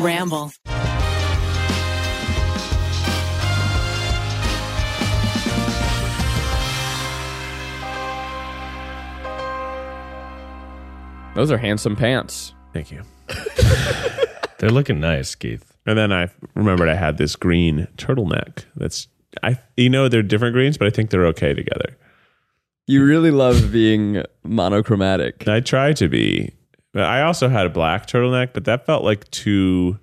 Ramble. Those are handsome pants. Thank you. They're looking nice, Keith. And then I remembered I had this green turtleneck. That's I. You know they're different greens, but I think they're okay together. You really love being monochromatic. I try to be. But I also had a black turtleneck, but that felt like too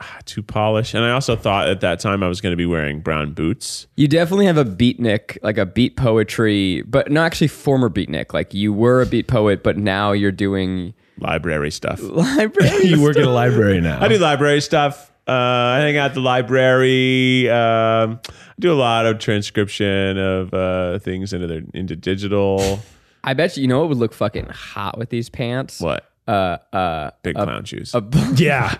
ah, too polished. And I also thought at that time I was going to be wearing brown boots. You definitely have a beatnik, like a beat poetry, but not actually former beatnik. Like you were a beat poet, but now you're doing Library stuff. library. You work at a library now. I do library stuff. Uh, I hang out at the library. Um, I do a lot of transcription of uh, things into their into digital. I bet you, you know what would look fucking hot with these pants? What Uh, uh, big clown shoes? a, b- Yeah.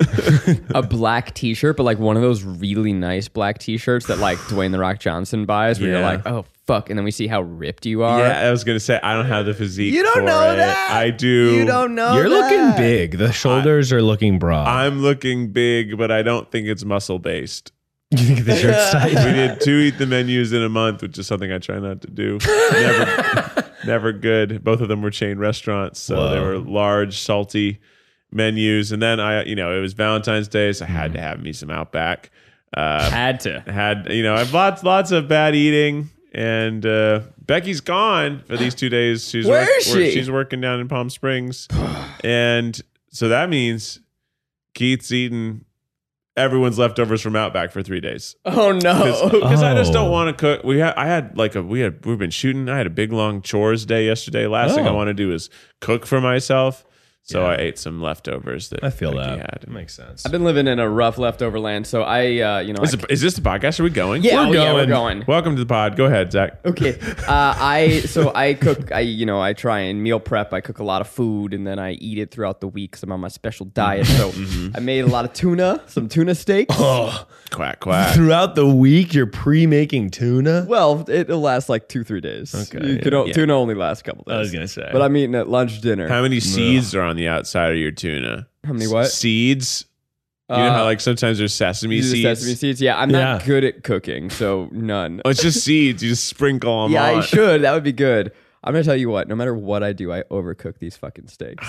a black t-shirt, but like one of those really nice black t-shirts that like Dwayne the Rock Johnson buys, where you're Yeah. like, oh fuck, and then we see how ripped you are. yeah, I was gonna say I don't have the physique. You don't for know it. that. I do. You don't know. You're looking Oh, that. big. The shoulders are looking broad. I'm looking big, but I don't think it's muscle based. you think the shirt's tight? we did two eat the menus in a month, which is something I try not to do. Never, never good. Both of them were chain restaurants, so they Whoa. were large, salty menus. And then I, you know, it was Valentine's Day, so I had to have me some Outback. Uh, Had to. had you know, I've lots, lots of bad eating, and uh, Becky's gone for these two days. She's Where work- is work- she? she's working down in Palm Springs, and so that means Keith's eaten everyone's leftovers from Outback for three days Oh no. because I just Oh. don't want to cook. We had, I had like a we had we've been shooting. I had a big long chores day yesterday. Last thing I Oh. want to do is cook for myself. So Yeah. I ate some leftovers that I feel Becky that. Had. It makes sense. I've been living in a rough leftover land, so I, uh, you know, I Is, it, is this the podcast? Are we going? Yeah, oh, yeah, we're going. Welcome to the pod. Go ahead, Zach. Okay. Uh, I so I cook. I you know I try and meal prep. I cook a lot of food and then I eat it throughout the week. 'cause I'm on my special diet. So I made a lot of tuna, some tuna steaks. Oh. Quack quack. Throughout the week, you're pre-making tuna. Well, it'll last like two three days. Okay, You yeah, can o- yeah. Tuna only lasts a couple days. I was gonna say. But I'm eating at lunch dinner. How many seeds are on the outside of your tuna? How many what? Seeds. You know how like sometimes there's sesame These are seeds. sesame seeds. Yeah, I'm not Yeah. good at cooking, so none. Oh, it's just seeds. You just sprinkle them yeah, on. I should. That would be good. I'm gonna tell you what. No matter what I do, I overcook these fucking steaks.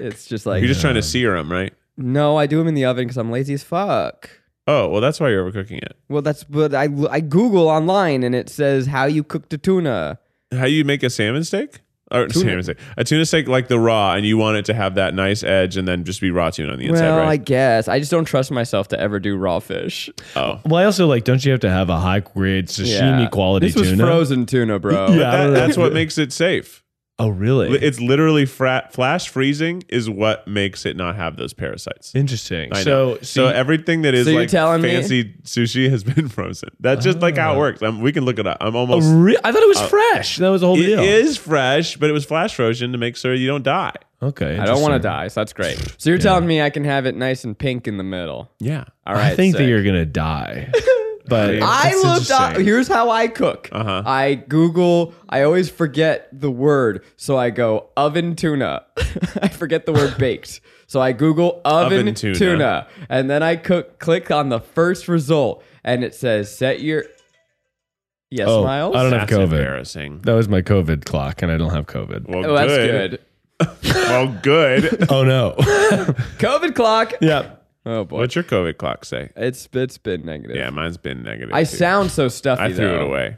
It's just like You're just trying to sear them, right? no, I do them in the oven because I'm lazy as fuck. Oh, well, that's why you're overcooking it. Well, that's but I I Google online and it says how you cook the tuna. how you make a salmon steak or salmon steak a tuna steak like the raw and you want it to have that nice edge and then just be raw tuna on the inside well, I right guess I just don't trust myself to ever do raw fish. oh Well, I also like. Don't you have to have a high grade sashimi quality this was tuna? frozen tuna, bro. Yeah. that, that's what makes it safe Oh, really? it's literally fra- flash freezing is what makes it not have those parasites Interesting. I so, know. so everything that is so you're like telling me- fancy sushi has been frozen. That's just like how it works. i we can look it up. I'm almost. oh, re- I thought it was fresh. That was the whole uh, It deal. is fresh, but it was flash frozen to make sure you don't die. Okay. I don't want to interesting. die, so that's great. So you're telling me I can have it nice and pink in the middle. Yeah. All right, I think that sick. you're gonna die. I But that's looked up. interesting. Here's how I cook. Uh-huh. I Google. I always forget the word, so I go oven tuna. I forget the word baked, so I Google oven, Oven tuna. tuna. and then I cook. Click on the first result, and it says set your. Yes, Oh, Miles. I don't have That's COVID. embarrassing. That was my COVID clock, and I don't have COVID. Well, Oh, that's good. good. Well, good. Oh no. COVID clock. yeah. Oh boy, What's your COVID clock say? it's it's been negative. Yeah, mine's been negative. I too. sound so stuffy. I threw it though. away.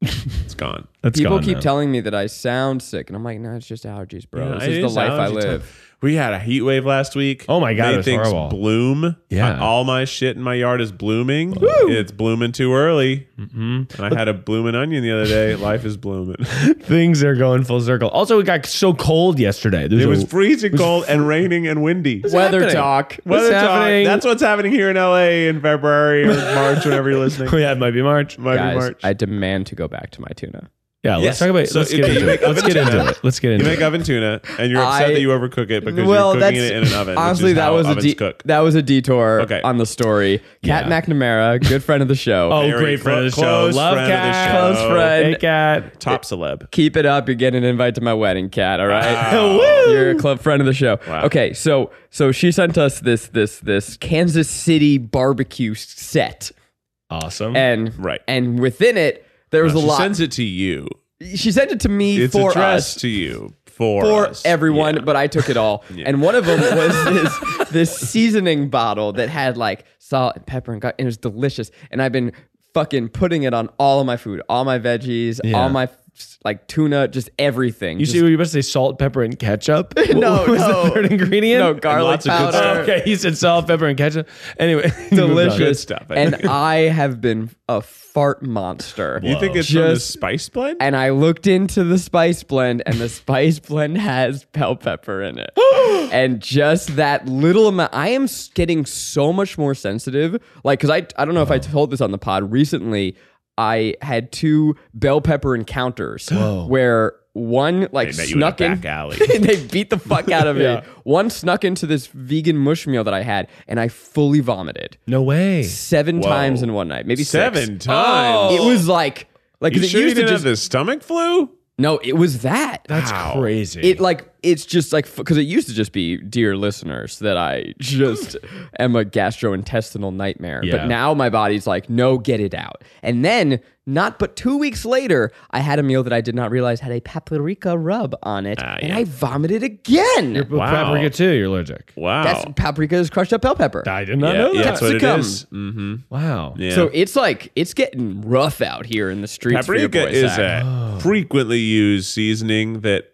it's gone. That's People gone keep now. telling me that I sound sick, and I'm like, no, it's just allergies, bro. Yeah, this it is the is life I allergy live. time. We had a heat wave last week. Oh my God, Made it was things horrible. bloom. Yeah. Uh, all my shit in my yard is blooming. It's blooming too early. Mm-hmm. And I had a blooming onion the other day. Life is blooming. Things are going full circle. Also, it got so cold yesterday. There It was a- freezing cold and raining and windy. Weather happening? talk. Weather what's talk. happening? That's what's happening here in LA in February or March, whenever you're listening. yeah, it might be March. Might be Guys, March. I demand to go back to my tuna. Yeah, let's Yes. talk about. So let's if get you into make it. Let's oven get into tuna, it. Let's get You into make it. oven tuna, and you're upset I- that you overcook it because well, you're that's cooking it in an oven. honestly which is that how was a ovens de- cook. that was a detour Okay. on the story. Cat Yeah. McNamara, good friend of the show. Oh, Very great friend of the clo- show. close Love friend of the Cat. show. Close friend. Hey, Cat. Top celeb. Keep it up. You're getting an invite to my wedding, Cat. All right. Wow. You're a club friend of the show. Wow. Okay, so so she sent us this this this Kansas City barbecue set, Awesome. and Right. and within it there was a she lot. sends it to you. she sent it to me It's for addressed us. to you for for us. everyone, but I took it all. And one of them was this this seasoning bottle that had like salt and pepper and, gar- and it was delicious. And I've been fucking putting it on all of my food, all my veggies, all my like tuna, just everything. you Just- see, you were about to say salt, pepper, and ketchup. No, what was no. the third ingredient? no garlic lots of good powder. stuff. Okay, he said salt, pepper, and ketchup. Anyway, Good Delicious stuff, I and I have been a fart monster. You think it's from the Just- spice blend? and I looked into the spice blend, and the spice blend has bell pepper in it. and just that little amount, I am s- getting so much more sensitive. Like, because I, I don't know if I told this on the pod recently, I had two bell pepper encounters where one like They met you in a snuck in, back alley. they beat the fuck out of me. One snuck into this vegan mush meal that I had, and I fully vomited no way. seven Whoa. times in one night, maybe Seven six. Oh. times. It was like. Like 'cause you it sure you used to didn't just have the stomach flu? no, it was that. That's Wow. crazy. it like it's just like because it used to just be dear listeners that I just am a gastrointestinal nightmare. Yeah. But now my body's like, no, get it out. And then not but two weeks later, I had a meal that I did not realize had a paprika rub on it, Ah, and yeah. I vomited again. Well, Wow. paprika too. You're allergic. Wow. That's paprika is crushed up bell pepper. I did not yeah, know yeah, that. that's what it Capsicum. is. Mm-hmm. Wow. Yeah. So it's like it's getting rough out here in the streets. for your paprika boy, is Zach. a Oh. frequently used seasoning that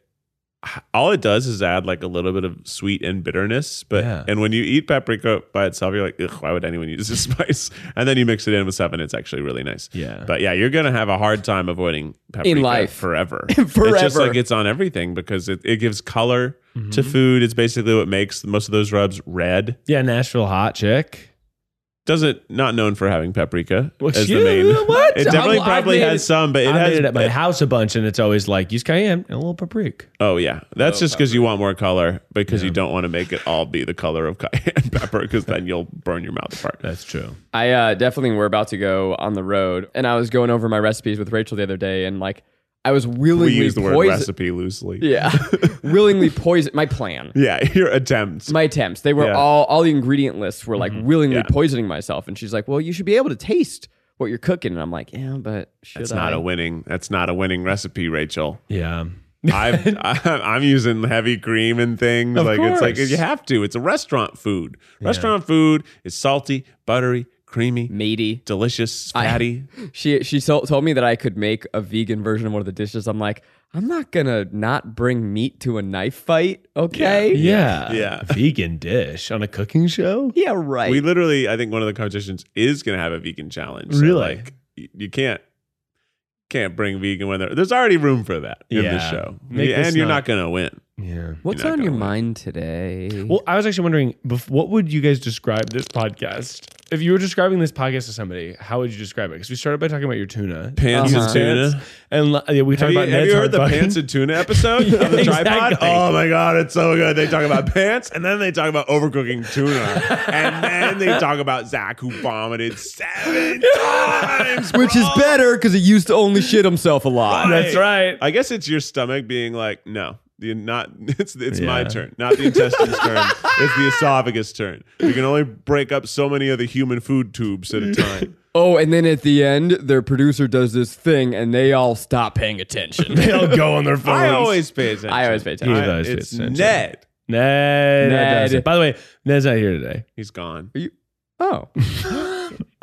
all it does is add like a little bit of sweet and bitterness but Yeah. and when you eat paprika by itself you're like Ugh, why would anyone use this spice and then you mix it in with stuff and it's actually really nice Yeah. but yeah you're gonna have a hard time avoiding paprika life. forever it's just Forever. like it's on everything because it, it gives color Mm-hmm. to food it's basically what makes most of those rubs red Yeah, Nashville hot chick. doesn't not known for having paprika Well, as the excuse- main what? it definitely I- I probably made has it- some but it I has made it at my house a bunch, and it's always like use cayenne and a little paprika. Oh yeah, that's just because you want more color because you don't want to make it all be the color of cayenne pepper because then you'll burn your mouth apart. That's true. I uh, definitely were about to go on the road, and I was going over my recipes with Rachel the other day, and like I was willingly we use the word poison- recipe loosely. yeah, willingly poison my plan, Yeah, your attempts. my attempts. They were Yeah. Mm-hmm. all all the ingredient lists were like willingly Yeah. poisoning myself, and she's like, "Well, you should be able to taste what you're cooking," and I'm like, "Yeah, but should That's not I?" a winning. That's not a winning recipe, Rachel. Yeah. I've, I'm I'm using heavy cream and things Of like it's like course. you have to. It's a restaurant food. Restaurant food is salty, buttery, creamy, meaty. delicious, fatty. She she so- told me that I could make a vegan version of one of the dishes. I'm like, I'm not gonna not bring meat to a knife fight, okay? Yeah. Yeah. Vegan dish on a cooking show. Yeah, right. we literally, I think one of the competitions is going to have a vegan challenge. Really? like, y- you can't can't bring vegan when there, there's already room for that in the Yeah. show, Make Yeah, this and you're not- not going to win. Yeah. What's not on gonna your win. mind today? Well, I was actually wondering, bef- what would you guys describe this podcast? If you were describing this podcast to somebody, how would you describe it? Because we started by talking about your tuna, Pants and Uh-huh. Pants. tuna. and li- yeah, we talked Have you, about. have Ned's you hard heard the button. pants and tuna episode Yeah, of the tripod? exactly. Oh my god, it's so good. They talk about pants and then they talk about overcooking tuna, and then they talk about Zach who vomited seven times, Which is bro. better because he used to only shit himself a lot. That's right. I guess it's your stomach being like, no, you not. It's it's my Yeah. turn, not the intestines' turn. It's the esophagus' turn. You can only break up so many of the human food tubes at a time. Oh, and then at the end, their producer does this thing, and they all stop paying attention. They all go on their phones. I always pay attention. I always pay attention. He always it's pays attention. Ned. Ned. Ned. does it. By the way, Ned's not here today. He's gone. oh,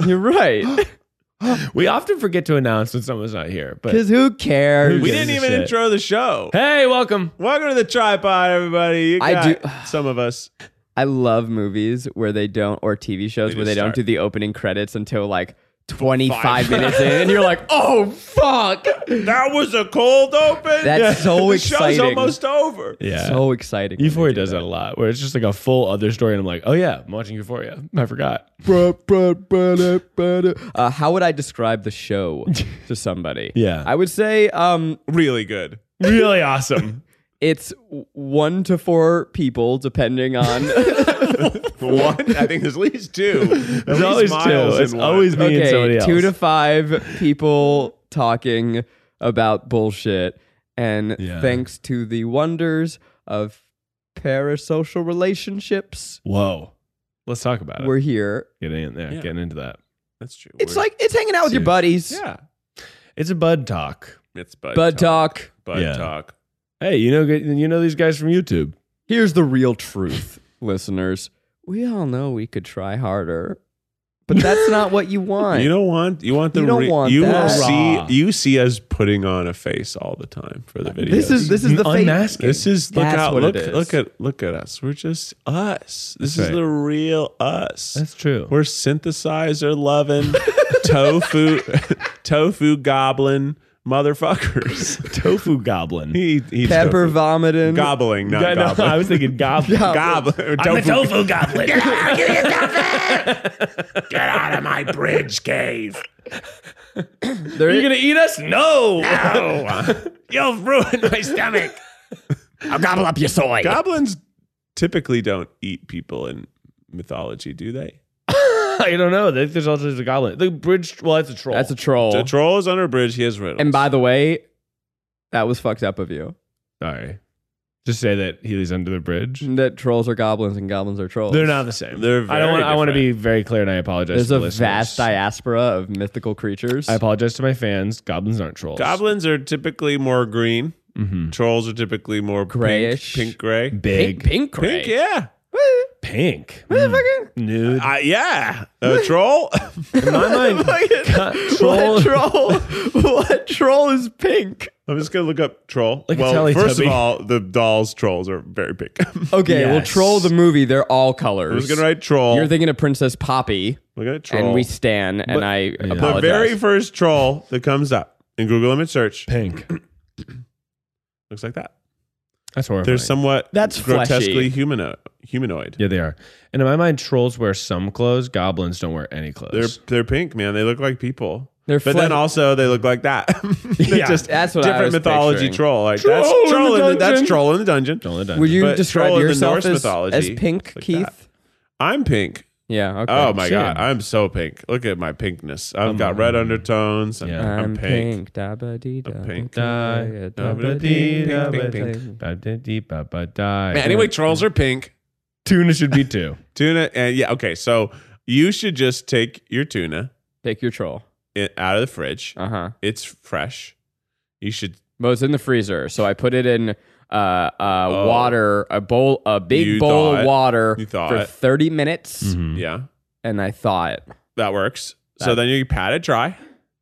you're right. We often forget to announce when someone's not here, but Because who cares? We gives didn't a even shit? intro the show. hey, welcome. Welcome to the tripod, everybody. You I got do- some of us. I love movies where they don't, or TV shows They where they just don't start. do the opening credits until like 25 minutes in, and you're like, oh, fuck. That was a cold open. That's so the show's exciting. almost over. Yeah. So exciting. when Euphoria they do does that a lot, where it's just like a full other story, and I'm like, oh yeah, I'm watching Euphoria. I forgot. Uh, how would I describe the show to somebody? Yeah. I would say um, Really good. Really awesome. it's w- one to four people, depending on. One, I think there's at least two. There's always two. It's always me and somebody okay, else. two to five people talking about bullshit. And Yeah. thanks to the wonders of parasocial relationships, Whoa. Let's talk about it. we're here. getting in there, Yeah. getting into that. That's true. It's like it's hanging out with your Dude. buddies. yeah, It's a bud talk. it's bud, Bud talk. talk. Bud Yeah. talk. Hey, you know, you know these guys from YouTube. Here's the real truth, listeners. We all know we could try harder, but that's not what you want. You don't want you want the You don't want you that. will Raw. see you see us putting on a face all the time for the video. this is this is the fake. Unmasking. This is look That's out what look it is. look at look at us. We're just us. This That's is right. the real us. That's true. We're synthesizer loving tofu tofu goblin motherfuckers. tofu goblin. He he's Pepper tofu. vomiting. gobbling, not Yeah, no, goblin. I was thinking goblin. Goblin. or I'm a tofu. tofu goblin. Get out of my bridge cave. There You're gonna eat us? No. Oh, You'll ruin my stomach. I'll gobble up your soy. goblins typically don't eat people in mythology, do they? I don't know. I think there's all sorts of goblin. The bridge. Well, that's a troll. that's a troll. The troll is under a bridge. He has riddles. Oh. And by the way, that was fucked up of you. sorry. Just say that Healy's under the bridge. That trolls are goblins and goblins are trolls. They're not the same. They're I very don't want. I want to be different. very clear, and I apologize. There's to a the listeners. vast diaspora of mythical creatures. I apologize to my fans. Goblins aren't trolls. goblins are typically more green. Mhm. Trolls are typically more pink- Grayish. pink gray, Big. pink, pink, gray. pink. Yeah, Pink. Mm. Nude. I yeah. A troll. In my mind, troll. What troll? what troll is pink? I'm just gonna look up troll. Like a well, first of Teletubby. all, the dolls trolls are very big. I'm Okay, well, Yes. troll the movie. They're all colors. just gonna write troll. You're thinking of Princess Poppy, We're gonna troll. and we stan, and I apologize. the very first troll that comes up in Google Image search Pink. looks like that. That's horrifying. They're somewhat That's grotesquely fleshy. humano- humanoid. Yeah, they are. And in my mind, trolls wear some clothes. Goblins don't wear any clothes. They're they're pink, man. They look like people. They're but then fle- also they look like that. They're Yeah, just that's what I different was mythology picturing. troll. Like Troll in that's the troll in the, that's troll dungeon. in the dungeon. Don't let that- Would you But troll describe in the yourself Norse as, mythology as pink, like Keith? that. I'm pink. Yeah. Okay. Oh my god, shit. I'm so pink. Look at my pinkness. I've got red undertones. And Yeah. I'm, I'm pink. pink. Dabba-dee-da, pink. da-da-da, Dabba-dee, dabba-dee. Man, anyway, trolls are pink. tuna should be two. Tuna and yeah, okay. So you should just take your tuna Take your troll. i- out of the fridge. Uh huh. It's fresh. You should Well, it's in the freezer, so I put it in uh, uh, water, a bowl, a big Oh. You bowl thaw it. of water You thaw for it. Mm-hmm. 30 minutes, Mm-hmm. yeah. and I thaw it. That works. so then you pat it dry.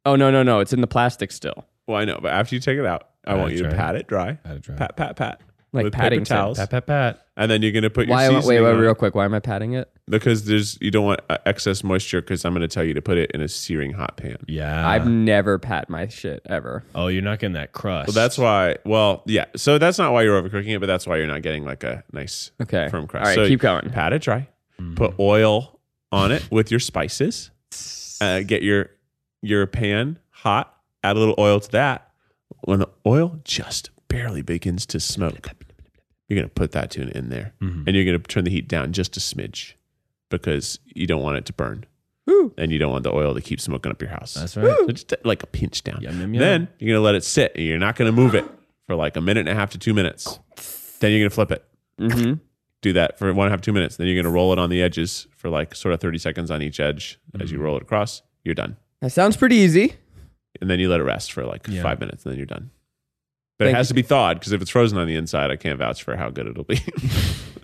Oh no, no, no! It's in the plastic still, Well, I know, but after you take it out, I Pat want it you to dry. pat it dry. Pat it dry. Pat, pat, pat. like With paper patting towels. Pat, pat, pat. And then you're gonna put your Why? Am I, wait, seasoning wait, on real it quick. Why am I patting it? because there's you don't want uh, excess moisture because I'm gonna tell you to put it in a searing hot pan. Yeah. I've never pat my shit ever. oh, you're not getting that crust. Well, that's why. Well, yeah. So that's not why you're overcooking it, but that's why you're not getting like a nice Okay. firm crust. All right, So keep going. Pat it dry. Mm-hmm. Put oil on it with your spices. Uh, get your your pan hot. Add a little oil to that. When the oil just barely begins to smoke, you're gonna put that tuna in there, Mm-hmm. and you're gonna turn the heat down just a smidge because you don't want it to burn, Woo. and you don't want the oil to keep smoking up your house. That's right. So just uh, like a pinch down. Yum, yum, yum. Then you're gonna let it sit. and You're not gonna move it for like a minute and a half to two minutes. Then you're gonna flip it. Mhm. Do that for one and a half two minutes. Then you're gonna roll it on the edges for like sort of thirty seconds on each edge as you roll it across. You're done. That sounds pretty easy. And then you let it rest for like Yeah. five minutes, and then you're done. But Thank it has to be thawed because if it's frozen on the inside, I can't vouch for how good it'll be.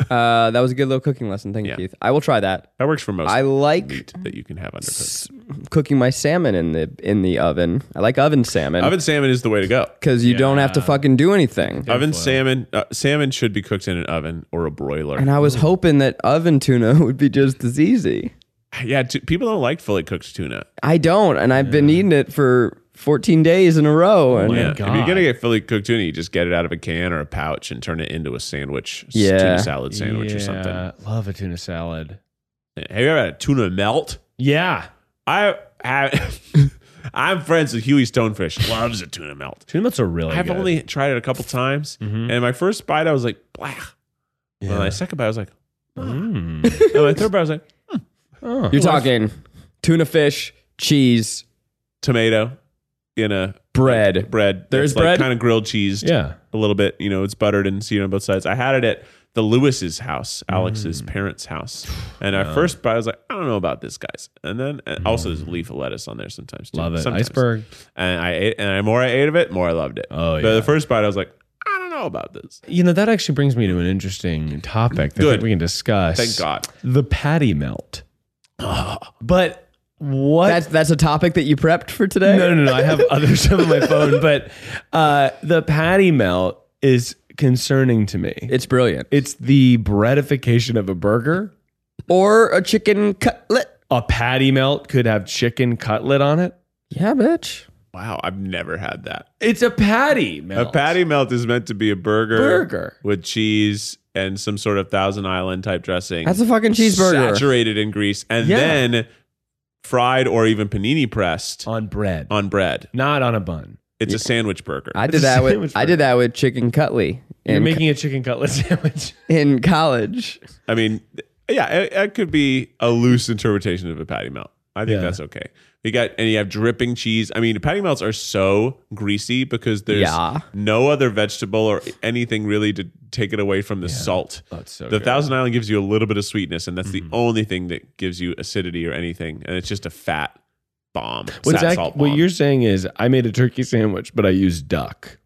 Uh, that was a good little cooking lesson. Thank Yeah. you, Keith. I will try that. that works for most I like meat that you can have undercooked. s- cooking my salmon in the in the oven. I like oven salmon Oven salmon is the way to go. because you don't have to Yeah. fucking do anything. Oven foil. salmon, uh, salmon should be cooked in an oven or a broiler. And I was hoping that oven tuna would be just as easy. Yeah, t- people don't like fully cooked tuna. I don't, and I've been eating it for 14 days in a row. And yeah. If you're Oh God. gonna get fully cooked tuna, you just get it out of a can or a pouch and turn it into a sandwich, s- Yeah. tuna salad sandwich or something. Yeah, Love a tuna salad. Have you ever had a tuna melt? Yeah. I have. I'm friends with Huey Stonefish. Loves a tuna melt. Tuna melts are really I've good. only tried it a couple times, Mhm. and my first bite I was like, blah. Yeah. And my second bite I was like, Mm. and my third bite I was like, Oh. you're talking tuna fish, cheese, tomato in a bread. bread. There's It's bread? like kind of grilled cheese. Yeah. a little bit. You know, it's buttered and seared on both sides. I had it at the Lewis's house, Mm. Alex's parents' house, and our first bite I was like, I don't know about this, guys. And then and also there's a leaf of lettuce on there sometimes. Too, Mm. Love it. Sometimes. Iceberg. And I ate, and the more I ate of it, more I loved it. Oh, But yeah. the first bite I was like, I don't know about this. You know, that actually brings me to an interesting topic that I Good. think we can discuss. Thank God. The patty melt. But what? That's that's a topic that you prepped for today. no, no, no. I have other stuff on my phone, but uh, the patty melt is concerning to me. It's brilliant. It's the breadification of a burger. Or a chicken cutlet. A patty melt could have chicken cutlet on it. Yeah, bitch. Wow, I've never had that. It's a patty melt. A patty melt is meant to be a burger, Burger. with cheese and some sort of Thousand Island type dressing. That's a fucking cheeseburger. saturated in grease, and Yeah. then fried or even panini pressed on bread, on bread. not on a bun. It's a sandwich burger. I It's did a that sandwich with burger. I did that with chicken cutlet You're in, making a chicken cutlet sandwich. in college. I mean, th- yeah, it, it could be a loose interpretation of a patty melt. I think Yeah. that's okay. You got and you have dripping cheese. I mean, patty melts are so greasy because there's Yeah. no other vegetable or anything really to take it away from the salt. That's so the good. Mm-hmm. Thousand Island gives you a little bit of sweetness, and that's the only thing that gives you acidity or anything. And it's just a fat bomb. What, fat Zach, salt what bomb. you're saying is, I made a turkey sandwich, but I used duck.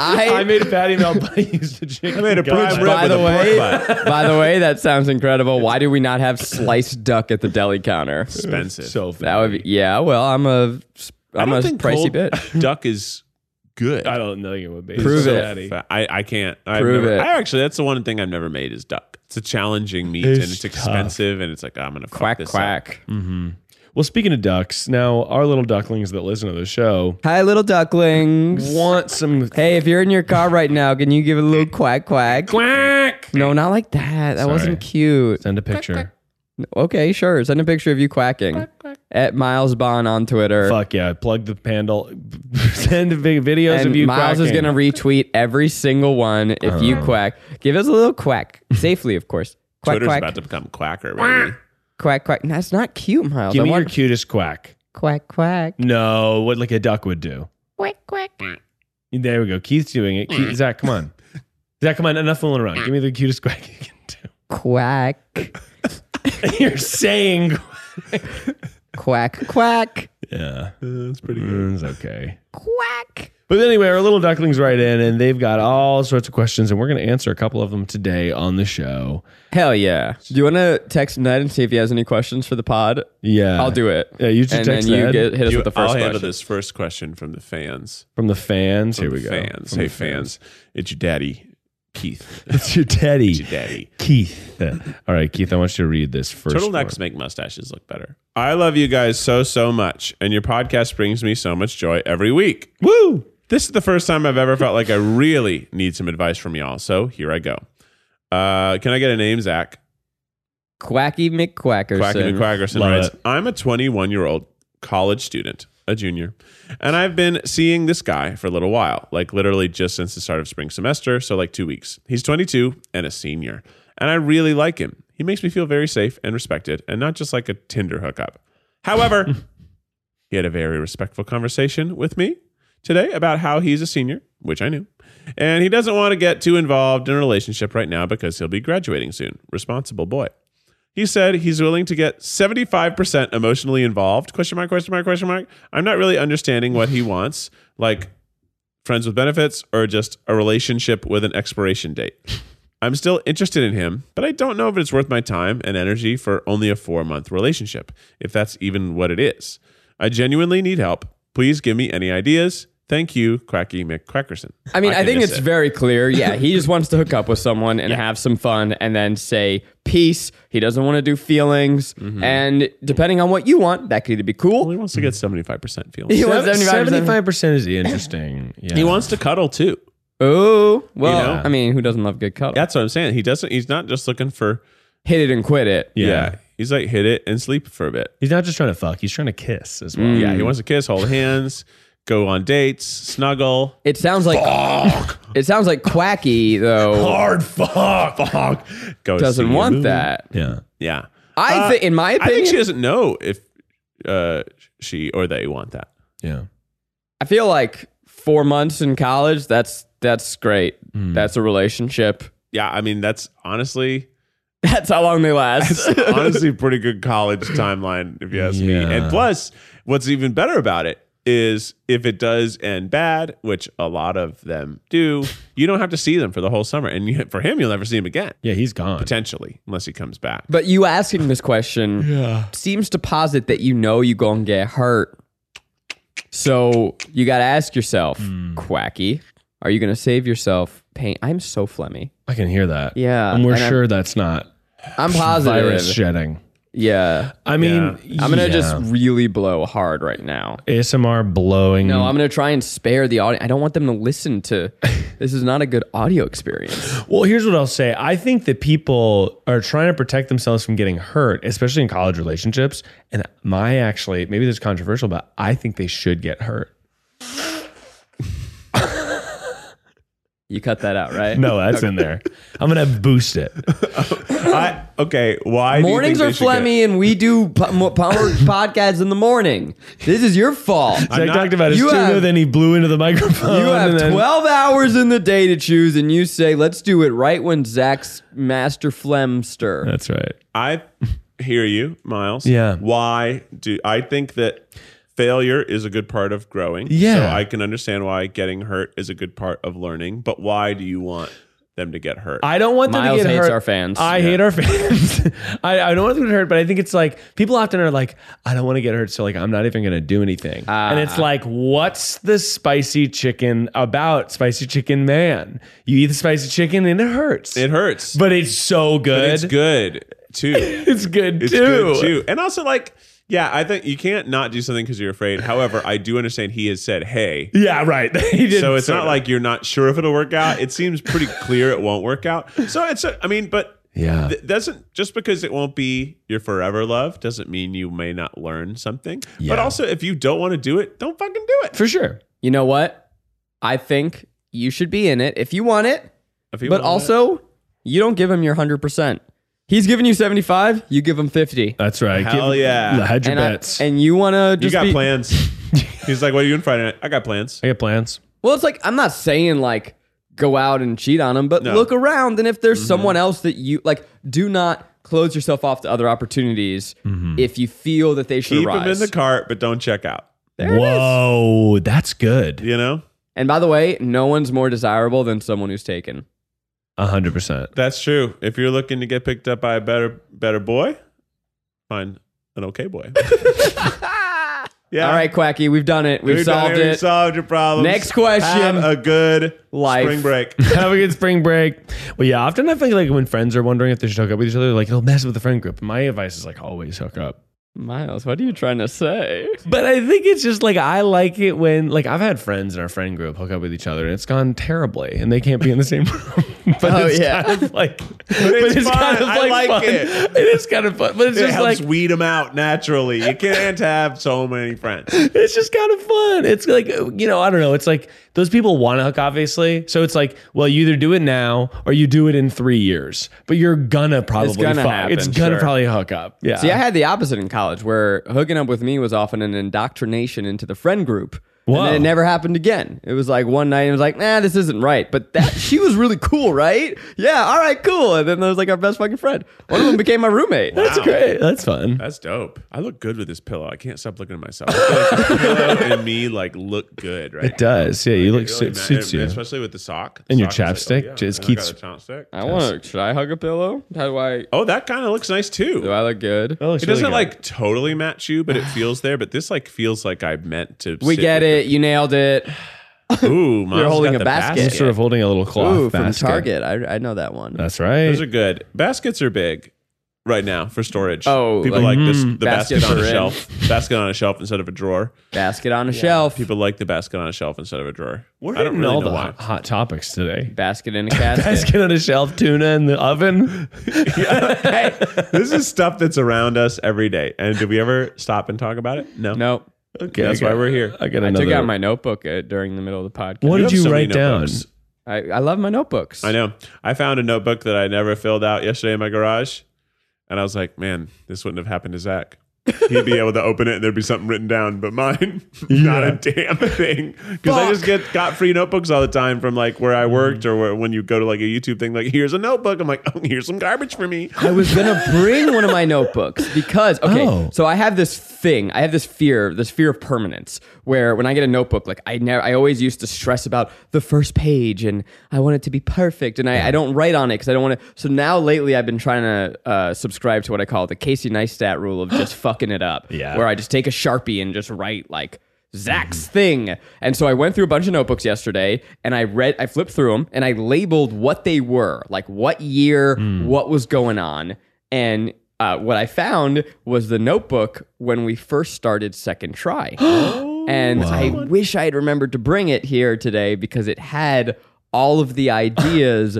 I, I made a patty melt, but I used a chicken. I made a cutlet. prime rib by with the a way, pork butt. by the way, that sounds incredible. Why do we not have sliced duck at the deli counter? expensive. So That would be yeah. Well, I'm a I I'm don't a think pricey cold bitch. duck is good. I don't think it would be. Prove So it. fatty. Fa- I, I can't. I've Prove never- it. I actually, that's the one thing I've never made is duck. It's a challenging meat It's and it's expensive and it's like, "Oh, I'm going to Quack this Up. quack. Mm. Well, speaking of ducks, now our little ducklings that listen to the show Hi, little ducklings. want some Hey, if you're in your car right now, can you give it a little quack quack? quack. No, not like that. That wasn't cute. Send a picture. Okay, sure. Send a picture of you quacking at Miles Bond on Twitter. Fuck yeah! Plug the pandle. Send big videos And of you. Miles is quacking. gonna retweet every single one if you quack. Give us a little quack safely, of course. Quack Twitter's quack about to become quacker. Baby. quack quack. That's not cute, Miles. Give I me your want cutest quack. quack quack. No, what like a duck would do. Quack quack. There we go. Keith's doing it. Keith, Zach, come on. Zach, come on. Enough fooling around. Give me the cutest quack you can Quack do. You're saying. quack quack Yeah, That's pretty Mm, it's okay. quack. But anyway, our little ducklings right in, and they've got all sorts of questions, and we're going to answer a couple of them today on the show. Hell yeah. Do you want to text Ned and see if he has any questions for the pod? Yeah, I'll do it. Yeah, you should and text then you Ned. get, hit us You, with the I'll 1st handle question. this first question from the fans. from the fans. Here we The go. Fans. From Hey, the fans. It's your daddy, Keith. It's your teddy, It's your daddy. Keith. All right, Keith, I want you to read this first. Turtlenecks make mustaches look better. I love you guys so, so much. And your podcast brings me so much joy every week. one. Woo! This is the first time I've ever felt like I really need some advice from y'all. So here I go. Uh, can I get a name, Zach? Quacky McQuackerson. Quacky McQuackerson Love writes, it. I'm a 21 year old college student, a junior, and I've been seeing this guy for a little while, like literally just since the start of spring semester, so like two weeks. He's 22 and a senior, and I really like him. He makes me feel very safe and respected, and not just like a Tinder hookup. However, he had a very respectful conversation with me today about how he's a senior, which I knew, and he doesn't want to get too involved in a relationship right now because he'll be graduating soon. Responsible boy. He said he's willing to get 75% emotionally involved. Question mark, question mark, question mark. I'm not really understanding what he wants, like friends with benefits or just a relationship with an expiration date. I'm still interested in him, but I don't know if it's worth my time and energy for only a four month relationship, if that's even what it is. I genuinely need help. Please give me any ideas. Thank you, Quacky McCrackerson. I mean, I, can think miss it's it. very clear. Yeah, he just wants to hook up with someone and have some fun and then say peace. He doesn't want to do feelings. And depending on what you want, that could either be Well, cool. he wants to get 75% feeling. He wants 75%. Seventy-five percent is interesting. Yeah. He wants to cuddle too. Oh, well, You know? I mean, who doesn't love good cuddle? That's what I'm saying. He doesn't, he's not just looking for, Hit it and quit it. yeah. Yeah. He's like, hit it and sleep for a bit. He's not just trying to fuck. He's trying to kiss as well. Mm. Yeah. Mm. He wants to kiss, hold hands, go on dates, snuggle. It sounds like it sounds like quacky though Hard fuck. Fuck. Go see doesn't a want movie. that. Yeah. Yeah. I Uh, think, in my I opinion, think she doesn't know if uh, she or they want that. Yeah. I feel like four months in college. That's that's great. Hmm. That's a relationship. Yeah, I mean that's honestly That's how long they last. honestly a pretty good college timeline if you ask me. And Yeah. plus, what's even better about it is if it does end bad, which a lot of them do, you don't have to see them for the whole summer, and you, for him, you'll never see him again Yeah. He's gone. potentially, unless he comes back. But you asking this question seems to posit that you know you're going to get hurt. So you got to ask yourself, Hmm. quacky, are you going to save yourself pain? I'm so phlegmy. I can hear that. Yeah, And we're and I'm- sure that's not I'm positive. virus shedding. Yeah. I mean, I'm going to yeah. just really blow hard right now. ASMR blowing. No, I'm going to try and spare the audience. I don't want them to listen to this is not a good audio experience. Well, here's what I'll say. I think that people are trying to protect themselves from getting hurt, especially in college relationships. And my actually, maybe this is controversial, but I think they should get hurt. You cut that out, right? No, that's in there. I'm going to boost it. uh, I, okay, why Mornings do are you think they should get- phlegmy and we do po- mo- po- podcasts in the morning. This is your fault. So I not- talked about his you tuna, have- then he blew into the microphone. You have and then- 12 hours in the day to choose, and you say, let's do it right when Zach's master flemster. That's right. I hear you, Miles. Yeah. Why do I think that failure is a good part of growing? Yeah. So I can understand why getting hurt is a good part of learning. But why do you want them to get hurt? I don't want them Miles to get hates hurt. our fans. I hate our fans. I, I don't want them to get hurt, but I think it's like people often are like, I don't want to get hurt, so like I'm not even gonna do anything. and Ah. it's like, what's the spicy chicken about? Spicy chicken man. You eat the spicy chicken and it hurts. it hurts. but it's so good. it's good too. It's good It's too. good too. And also like yeah, I think you can't not do something because you're afraid. However, I do understand he has said, "Hey, Yeah, right. He did so it's sort not of- like you're not sure if it'll work out. It seems pretty clear it won't work out. So it's, a, I mean, but Yeah. th- doesn't just because it won't be your forever love doesn't mean you may not learn something. But Yeah. also, if you don't want to do it, don't fucking do it. for sure. You know what? I think you should be in it if you want it, If you but wanna do it- also, you don't give him your 100%. He's giving you 75, you give him 50. That's right. Hell yeah. Hide your And, I- bets. and you want to you just got be- plans. He's like, "What are you doing Friday night? I got plans." I got plans. Well, it's like I'm not saying like go out and cheat on them, but No. Mm-hmm. look around and if there's someone else that you like, do not close yourself off to other opportunities if you feel that they should Mm-hmm. Keep arise. him in the cart, but don't check out. There it is. Whoa, that's good. You know, And by the way, no one's more desirable than someone who's taken. hundred percent. that's true. If you're looking to get picked up by a better, better boy, find an okay boy. yeah. All right, Quacky, we've done it. We've We've done solved it. We've it. solved your problem. Next question. Have a good Life. spring break. Have a good spring break. Well, yeah, often I think like when friends are wondering if they should hook up with each other, like it'll mess with the friend group. My advice is like always hook up. Miles, what are you trying to say? But I think it's just like I like it when like I've had friends in our friend group hook up with each other and it's gone terribly and they can't be in the same room. but Oh, it's yeah. kind of like but it's it's, fun. kind of I like, like fun. it. It is kind of fun. But it's It just helps like weed 'em weed them out naturally. You can't have so many friends. it's just kind of fun. It's like you know, I don't know. It's like those people want to hook, obviously. So it's like, well, you either do it now or you do it in three years. But you're gonna probably gonna fuck. happen, it's gonna sure. probably hook up. Yeah. See, I had the opposite in college where hooking up with me was often an indoctrination into the friend group. Whoa. And then it never happened again. It was like one night I was like, nah, this isn't right. But that she was really cool, right? Yeah, all right, cool. And then there was like our best fucking friend. One of them became my roommate. That's great. That's fun. That's dope. I look good with this pillow. I can't stop looking at myself. I feel like the pillow and me like look good, right? It does. Yeah, you look It su- really ma- suits you. especially with the sock And your Sock is like, chapstick, oh, yeah. just And I got Keith's- a chapstick. I want to. Should I hug a pillow? How do I? Oh, that kind of looks nice Do too. I look good? looks It doesn't like totally match you, but it feels there. But this like feels like I meant to. We sit get with it. You nailed it. Ooh, Miles You're holding a got the basket. I'm sort of holding a little cloth Ooh, from basket. Target. I, I know that one. That's right. Those are good. Baskets are big right now for storage. Oh, people like- like, this Mm, the baskets basket on are a in. shelf. Basket on a shelf instead of a drawer. basket on a shelf. People like the basket on a shelf instead of a drawer. We're I don't hitting really all know the why. hot, hot topics today. basket in a casket. Basket on a shelf, tuna in the oven. this is stuff that's around us every day. And did we ever stop and talk about it? No. Nope. Okay, That's I got- why we're here. I got I another. took out my notebook uh, during the middle of the podcast. What did have you so many write down? notebooks. I, I love my notebooks. I know. I found a notebook that I never filled out yesterday in my garage. And I was like, man, this wouldn't have happened to Zach. He'd be able to open it and there'd be something written down, but mine, not a damn thing. Because I just get got free notebooks all the time from like where I worked or where, when you go to like a YouTube thing, like, here's a notebook. I'm like, oh, here's some garbage for me. I was gonna bring one of my notebooks because okay, Oh. so I have this thing, I have this fear, this fear of permanence, where when I get a notebook, like I never, I always used to stress about the first page and I want it to be perfect, and I, I don't write on it because I don't want to. So now lately, I've been trying to uh, subscribe to what I call the Casey Neistat rule of just fucking it up, Yeah. where I just take a sharpie and just write like. Zach's thing. And so I went through a bunch of notebooks yesterday and I read, I flipped through them and I labeled what they were, like what year, what was going on. And uh, what I found was the notebook when we first started Second Try. and I wish I had remembered to bring it here today because it had all of the ideas.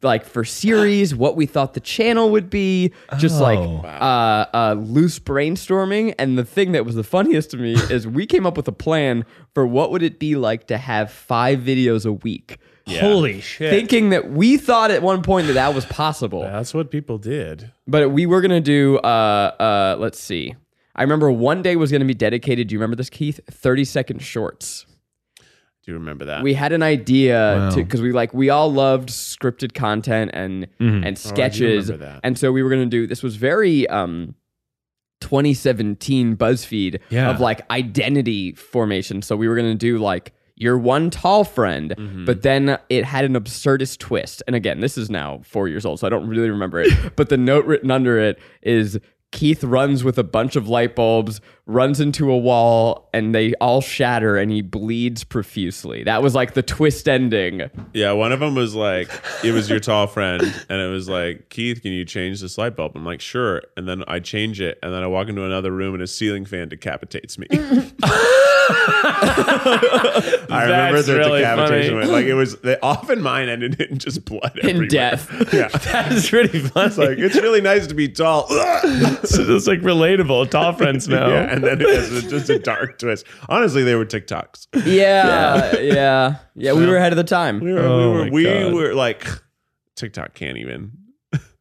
Like for series, what we thought the channel would be, just Oh. like uh, uh, loose brainstorming. And the thing that was the funniest to me is we came up with a plan for what would it be like to have five videos a week, Holy shit! thinking that we thought at one point that that was possible. That's what people did. But we were gonna do. Uh, uh, let's see. I remember one day was gonna be dedicated. Do you remember this, Keith? Thirty second shorts. Do you remember that? We had an idea because we like we all loved scripted content and and sketches, Oh, remember that. and so we were gonna do. This was very um, 2017 BuzzFeed Yeah. of like identity formation. So we were gonna do like your one tall friend, but then it had an absurdist twist. And again, this is now four years old, so I don't really remember it. but the note written under it is. Keith runs with a bunch of light bulbs, runs into a wall, and they all shatter, and he bleeds profusely. That was like the twist ending. Yeah, one of them was like, it was your tall friend, and it was like, Keith, can you change this light bulb? I'm like, sure. And then I change it, and then I walk into another room, and a ceiling fan decapitates me. I remember That's the really decapitation. funny. Went, like it was, they, often mine ended in just blood everywhere. In death. Yeah, That's pretty funny. it's like it's really nice to be tall. Oh. yeah, it's, like relatable. Tall friends now. and then it has a- just a dark twist. Honestly, they were TikToks. Yeah, yeah, yeah. we were ahead of the time. We were, Oh we my were, we God. were like, TikTok can't even.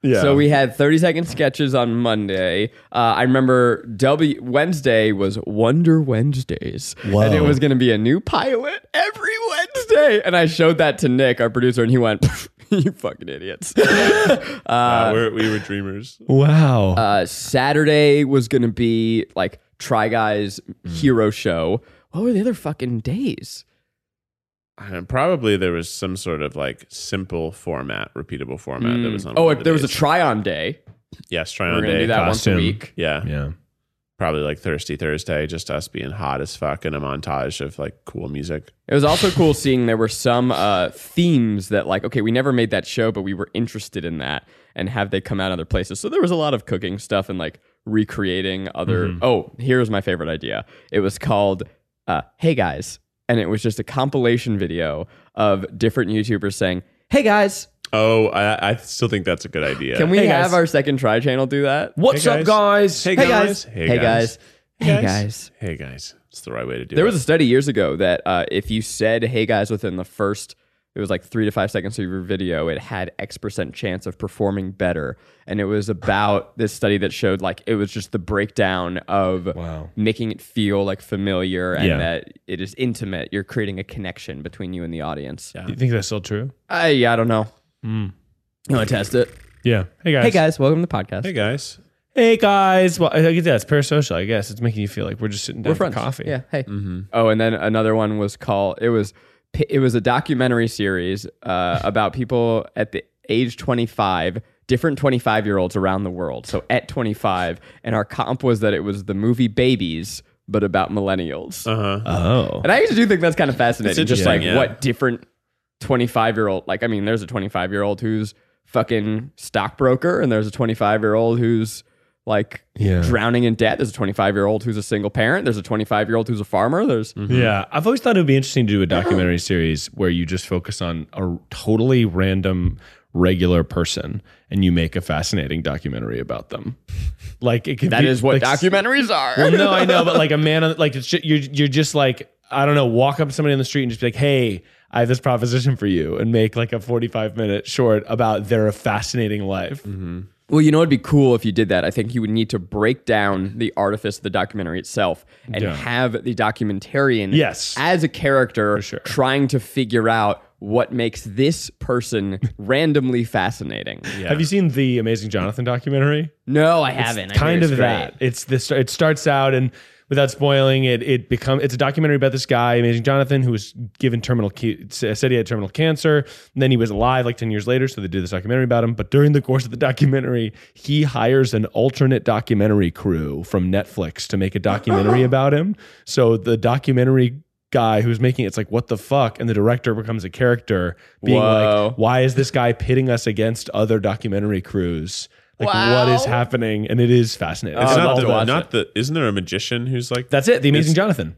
yeah. So we had 30 second sketches on Monday. Uh, I remember W Wednesday was Wonder Wednesdays. Whoa. And it was going to be a new pilot every Wednesday. And I showed that to Nick, our producer, and he went, You fucking idiots. Uh, we're, we were dreamers. wow. uh, Saturday was going to be like Try Guys Hmm. Hero Show. What were the other fucking days? And probably there was some sort of like simple format, repeatable format that was on. Oh, one if of the there was a days. try on day. yes, try We're on going to day. do that costume. once a week. Yeah, yeah. probably like Thirsty Thursday, just us being hot as fuck and a montage of like cool music. It was also cool seeing there were some uh, themes that, like, okay, we never made that show, but we were interested in that and have they come out other places. So there was a lot of cooking stuff and like recreating other. Oh, here's my favorite idea. It was called uh, Hey Guys. And it was just a compilation video of different YouTubers saying, Hey guys, Oh, I, I still think that's a good idea. can we Hey, guys. have our second try channel do that? What's Hey, up, guys. guys? Hey, Hey guys. Hey, Hey guys. guys. Hey guys. Hey guys, it's the right way to do There it. was a study years ago that uh, if you said "Hey guys" within the first, it was like three to five seconds of your video, it had X percent chance of performing better. And it was about this study that showed like it was just the breakdown of Wow. making it feel like familiar and Yeah. that it is intimate. You're creating a connection between you and the audience. Yeah. You think that's still true? I I don't know. You want to test it? Hmm. Yeah. Hey guys. Hey guys, welcome to the podcast. hey guys. Hey guys. Well, I guess that's parasocial. I guess it's making you feel like we're just sitting down We're for friends. coffee. Yeah. Hey. Oh, and then another one was called. It was it was a documentary series uh, about people at the age 25, different 25 year olds around the world. So at 25, and our comp was that it was the movie Babies but about millennials. Uh huh. Oh. And I actually do think that's kind of fascinating. It's Just like interesting, yeah. what different 25 year old, like, I mean, there's a 25 year old who's fucking stockbroker, and there's a 25 year old who's like Yeah. drowning in debt. There's a 25 year old who's a single parent. There's a 25 year old who's a farmer. There's Yeah, I've always thought it would be interesting to do a documentary series where you just focus on a totally random regular person and you make a fascinating documentary about them. Like it could that be, is what like, documentaries are. Well, no, I know, but like a man, on, like it's just, you're you're just like I don't know, walk up to somebody on the street and just be like, hey. I have this proposition for you, and make like a forty-five minute short about their fascinating life. Well, you know, it'd be cool if you did that. I think you would need to break down the artifice of the documentary itself and Yeah. have the documentarian Yes. as a character sure. trying to figure out what makes this person randomly fascinating. Have you seen the Amazing Jonathan documentary? No, I haven't. I hear kind it's of that. great. It's this. It starts out and without spoiling it, it become it's a documentary about this guy, Amazing Jonathan, who was given terminal ca- said he had terminal cancer. And then he was alive like ten years later, so they did this documentary about him. But during the course of the documentary, he hires an alternate documentary crew from Netflix to make a documentary about him. So the documentary. Guy who's making it, it's like what the fuck, and the director becomes a character, being Whoa. like, "Why is this guy pitting us against other documentary crews? Like, what is Wow. happening?" And it is fascinating. Oh, It's I'd not love to the, watch not it. the. Isn't there a magician who's like That's it. The Amazing Jonathan.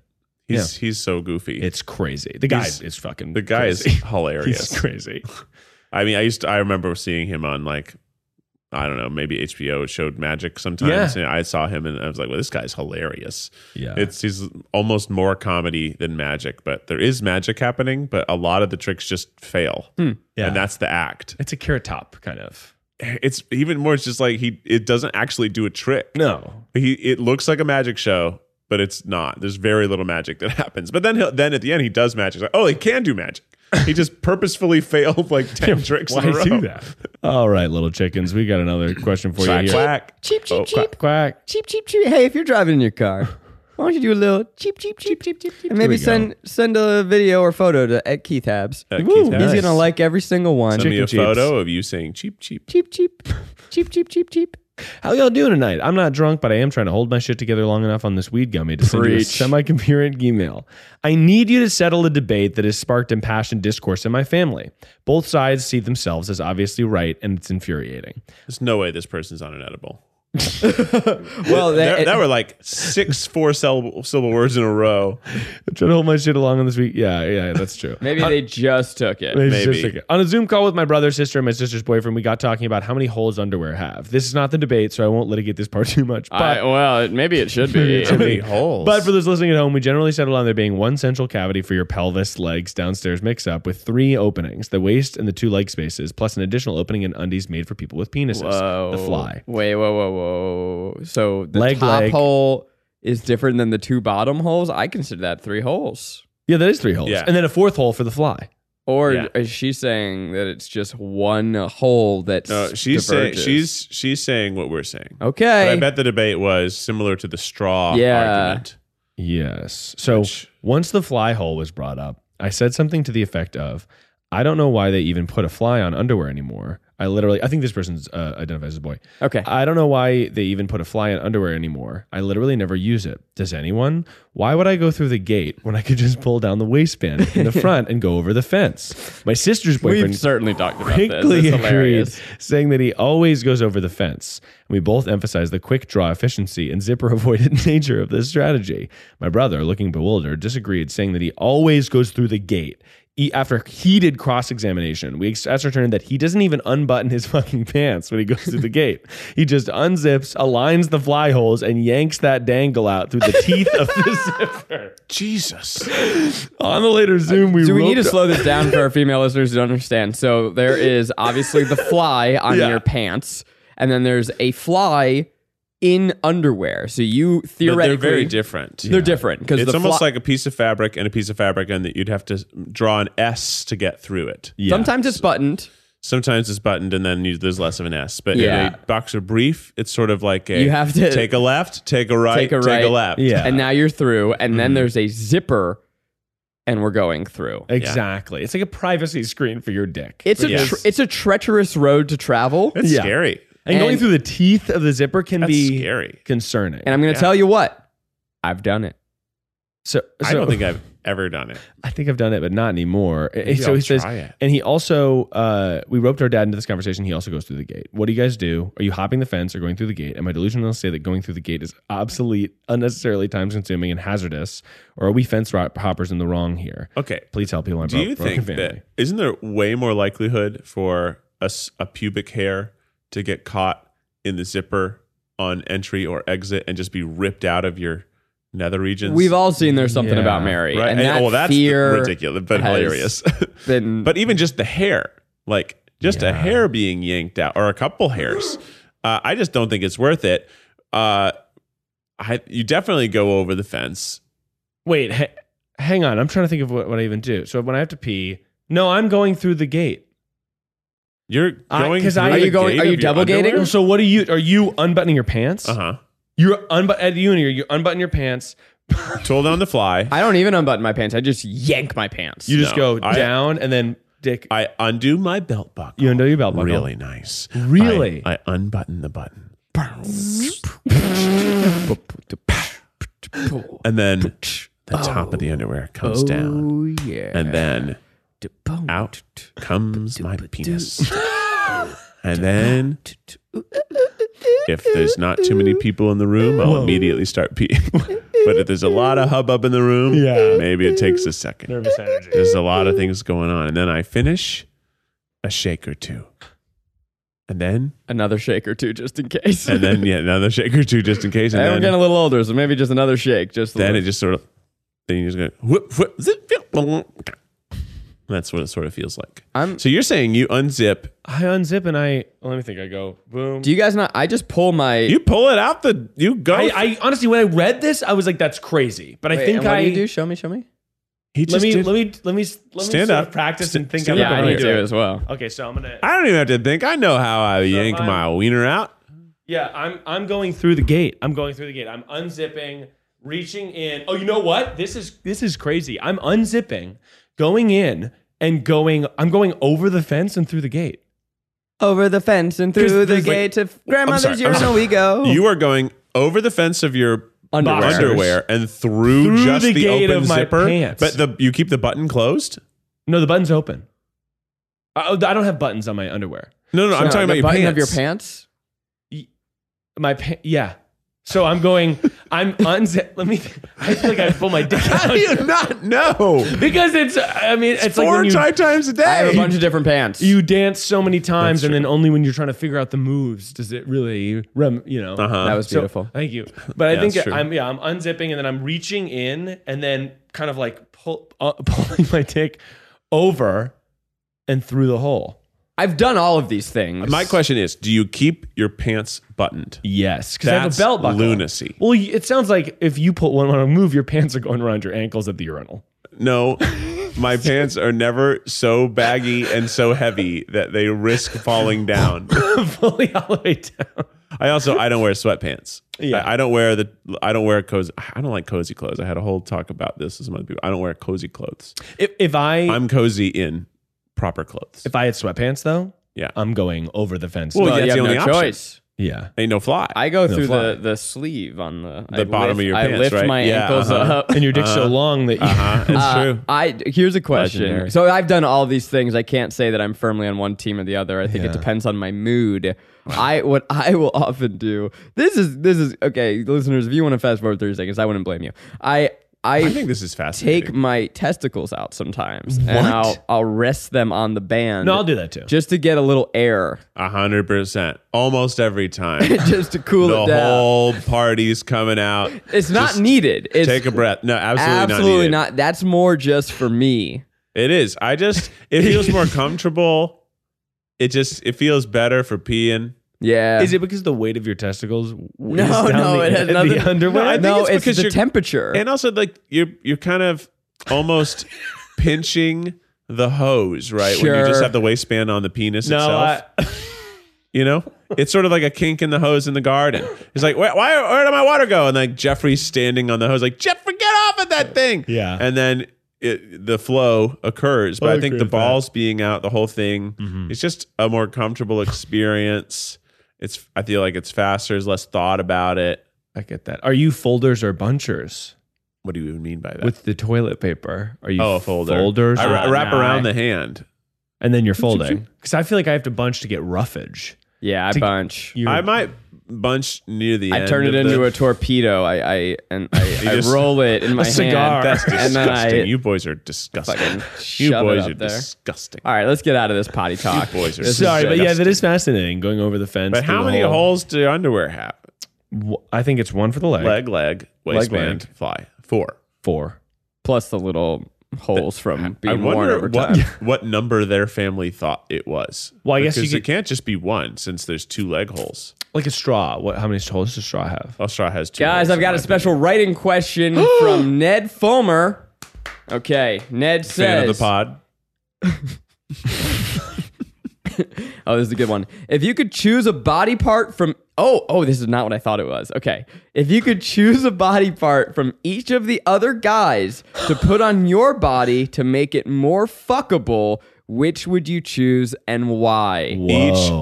He's he's so goofy. It's crazy. The guy He's- is fucking. the guy crazy. is He's hilarious. crazy. I mean, I used to, I remember seeing him on like I don't know, maybe HBO showed magic sometimes. Yeah. And I saw him and I was like, well, this guy's hilarious. Yeah. It's he's almost more comedy than magic, but there is magic happening, but a lot of the tricks just fail. Hmm. Yeah. And that's the act. it's a carrot top kind of. It's even more it's just like he it doesn't actually do a trick. No. He it looks like a magic show, but it's not. There's very little magic that happens. But then he'll, then at the end he does magic. It's like, oh, he can do magic. He just purposefully failed like ten tricks. Why in a row. do that? All right, little chickens. We got another question for you here. Quack. Cheep, cheep, cheep. Quack. Quack. Cheep, cheep, cheep. Hey, if you're driving in your car, why don't you do a little cheep, cheep, cheep, cheep, cheep, cheep. And maybe go. send send a video or photo to at Keith Habs. At Woo, Keith he's Harris. He's gonna like every single one. Send me a chicken cheeps. photo of you saying cheap, cheap. Cheep, cheep, cheep, cheep, cheep, cheep. How y'all doing tonight? I'm not drunk, but I am trying to hold my shit together long enough on this weed gummy to send you a Preach. semi-coherent email. I need you to settle a debate that has sparked impassioned discourse in my family. Both sides see themselves as obviously right, and it's infuriating. There's no way this person's on an edible. Well, There, that, that were like six four syllable, syllable words in a row. I'm trying to hold my shit along on this week. Yeah, yeah, that's true. maybe they just took it. It's Maybe. just like- on a Zoom call with my brother, sister, and my sister's boyfriend, we got talking about how many holes underwear have. This is not the debate, so I won't litigate this part too much. But I, well, it- maybe it should Maybe be. it should be. holes? But for those listening at home, we generally settle on there being one central cavity for your pelvis, legs, downstairs mix up with three openings the waist and the two leg spaces, plus an additional opening in undies made for people with penises. Whoa. The fly. Wait, whoa, whoa, whoa. So the Leg, top leg. hole is different than the two bottom holes. I consider that three holes. Yeah, that is three holes. Yeah. And then a fourth hole for the fly. Or Yeah. is she saying that it's just one hole that's no, she's saying diverges? she's she's saying what we're saying. But okay. I bet the debate was similar to the straw Yeah. argument. Yes. So Which- once the fly hole was brought up, I said something to the effect of, I don't know why they even put a fly on underwear anymore. I literally, I think this person's uh, identifies as a boy. okay. I don't know why they even put a fly in underwear anymore. I literally never use it. Does anyone? Why would I go through the gate when I could just pull down the waistband in the front and go over the fence? My sister's boyfriend We've certainly talked about this. quickly It's agreed, hilarious. saying that he always goes over the fence. We both emphasize the quick draw efficiency and zipper avoidant nature of this strategy. My brother, looking bewildered, disagreed, saying that he always goes through the gate. E- After heated cross examination, we ex- ascertained that he doesn't even unbutton his fucking pants when he goes through the gate. He just unzips, aligns the fly holes, and yanks that dangle out through the teeth of the zipper. Jesus. On the later Zoom, we Uh, Do we need to roped- slow this down for our female listeners who don't understand? So there is obviously the fly on Yeah. your pants, and then there's a fly in underwear. So you But theoretically they're very different. They're different because It's the almost fly- like a piece of fabric and a piece of fabric, and that you'd have to draw an S to get through it. Yeah. sometimes it's buttoned. Sometimes it's buttoned and then you, there's less of an S. But in Yeah. a boxer brief, it's sort of like a You have to- take a left, take a right, Take a right. left. Yeah. and now you're through, and Mm-hmm. then there's a zipper, and we're going through. Exactly. It's like a privacy screen for your dick. It's a Yes. tr- it's a treacherous road to travel, It's Yeah. scary. And, going And- through the teeth of the zipper can That's be scary. concerning. and I'm going to tell you what, I've done it. So, I so- don't think I've ever done it. I think I've done it, but not anymore. Maybe so I'll he says, try it. and he also, uh, we roped our dad into this conversation. He also goes through the gate. What do you guys do? Are you hopping the fence or going through the gate? Am I delusional to say that going through the gate is obsolete, unnecessarily time consuming, and hazardous? Or are we fence ro- hoppers in the wrong here? Okay. Please help people. Do you think that isn't there way more likelihood for a, s- a pubic hair to get caught in the zipper on entry or exit and just be ripped out of your nether regions? We've all seen there's something Yeah. about Mary, right. and, And- that well, that's fear ridiculous, but has- hilarious. Then, but even just the hair, like just a Yeah. hair being yanked out or a couple hairs, uh, I just don't think it's worth it. Uh, I you definitely go over the fence. Wait, ha- hang on. I'm trying to think of what, what I even do. So when I have to pee, no, I'm going through the gate. You're I- going. 'cause I- through Are the you going- gate are you of your double gating? underwear? So what do you? Are you unbuttoning your pants? Uh-huh. You're unbut at uni. You unbutton your pants. Told on the fly. I don't even unbutton my pants. I just yank my pants. You just No, go I- down and then dick. I undo my belt buckle. You undo your belt buckle. Really nice. Really? I, I unbutton the button. And then the top of the underwear comes down. oh yeah. And then out comes my penis. And then if there's not too many people in the room, I'll immediately start peeing. but if there's a lot of hubbub in the room, Yeah. maybe it takes a second. Nervous energy. There's a lot of things going on. And then I finish a shake or two. And then, another shake or two, just in case. and then, yeah, another shake or two just in case. And And we're then, getting a little older, so maybe just another shake. Just a then little- it just sort of, then you just go whoop, whoop, zip, zip, boom. That's what it sort of feels like. I'm. So you're saying you unzip, I unzip and I let me think. I go boom. Do you guys not? I just pull my. you pull it out the, you go. I, I honestly, when I read this, I was like, "That's crazy." But I Wait, think and what I do you do? Show me, show me. he let just me did- let me let me let me Stand sort of up. practice St- and think stand about Yeah, up I over need here. to as well. Okay, so I'm gonna. I don't even have to think. I know how I yank mine- my wiener out. Yeah, I'm I'm going through the gate. I'm going through the gate. I'm unzipping, reaching in. Oh, you know what? This is this is crazy. I'm unzipping, going in and going I'm going over the fence and through the gate. Over the fence and There's- through the there's, like- gate of sorry, grandmother's I'm urinal sorry. we go. Oh. You are going over the fence of your Underwear. underwear and through, Through just the the, gate open of my zipper. pants. But the you keep the button closed. No, the button's open. I, oh, I don't have buttons on my underwear. No, no, no I'm No, talking the about your button pants. of your pants. My pa- yeah. So I'm going I'm unzip let me I feel like I pull my dick How do you out. not know? Because it's I mean it's, like Four when you, five times a I have a day. bunch of different pants. you dance so many times That's and true. then only when you're trying to figure out the moves does it really rem, you know. Uh-huh. that was So- beautiful. thank you. But Yeah, I that's think true. I'm yeah I'm unzipping and then I'm reaching in and then kind of like pull, uh, pulling my dick over and through the hole. I've done all of these things. My question is, do you keep your pants buttoned? Yes, because I have a That's belt buckle. lunacy. Well, y- it sounds like if you pull one on a move, your pants are going around your ankles at the urinal. No, my pants are never so baggy and so heavy that they risk falling down. Fully all the way down. I also I don't wear sweatpants. Yeah. I, I don't wear the I don't wear cozy. I don't like cozy clothes. I had a whole talk about this with some other people. I don't wear cozy clothes. If, if I I'm cozy in proper clothes. if I had sweatpants though, Yeah. um, I'm going over the fence. Well, Well, that's you have the only no option. choice. yeah. Ain't no fly. I go No through fly. the, the sleeve on the The I bottom lift- of your I pants, lift right? my Yeah, ankles uh-huh. up. And your dick's so long that you, uh-huh. It's Uh, true. I here's a question. Legendary. So I've done all these things. I can't say that I'm firmly on one team or the other. I think Yeah. it depends on my mood. I what I will often do. This is this is okay, listeners. If you want to fast forward thirty seconds, I wouldn't blame you. I I I think this is fascinating. take my testicles out sometimes, and I'll I'll rest them on the band. no, I'll do that too. just to get a little air, A hundred percent. Almost every time. just to cool the it down. whole party's coming out. it's not needed. It's Take a breath. No, absolutely, absolutely not. needed. not. That's more just for me. It is. I just it feels more comfortable. It just it feels better for peeing. Yeah. Is it because the weight of your testicles? No, no, it has nothing. The underwear. I think no, it's it's, because the you're- temperature. And also like you're you're kind of almost pinching the hose, right? When you just Sure. have the waistband on the penis No, itself. I, you know? It's sort of like a kink in the hose in the garden. It's like, where, why, where did my water go? And like Jeffrey's standing on the hose, like, Jeffrey, get off of that thing. Yeah. And then it, the flow occurs. But I I, agree think the with that. balls being out, the whole thing, it's just a more comfortable experience. It's, I feel like it's faster, there's less thought about it. I get that. Are you folders or bunchers What do you even mean by that? with the toilet paper? Are you oh, a folder. folders? I or- wra- Oh, wrap nah, around I- the hand. and then you're folding because I feel like I have to bunch to get roughage. Yeah, I To- bunch. You're- I might bunch near the I end. turn it of into the, a torpedo. I, I and I, You I just- roll it in my cigar. hand. That's and then I disgusting. you boys are disgusting. fucking You shove it boys up are there. disgusting. All right, let's get out of this potty talk. boys are This is Sorry, but just- yeah, that is fascinating. Going over the fence. But through how the many whole- holes do underwear have? Wh- I think it's one for the leg, Leg, leg, waistband, leg. fly. Four. four. plus the little holes from I being worn wonder over what, time. what number their family thought it was. Well, I guess you because could- it can't just be one since there's two leg holes. Like a straw. What? How many holes does a straw have? Oh, straw has two. Guys, holes I've in got my a special writing question from Ned Fomer. Okay, Ned says. opinion. fan of the pod. Oh, this is a good one. If you could choose a body part from oh oh, this is not what I thought it was. Okay, if you could choose a body part from each of the other guys to put on your body to make it more fuckable, which would you choose and why? Whoa.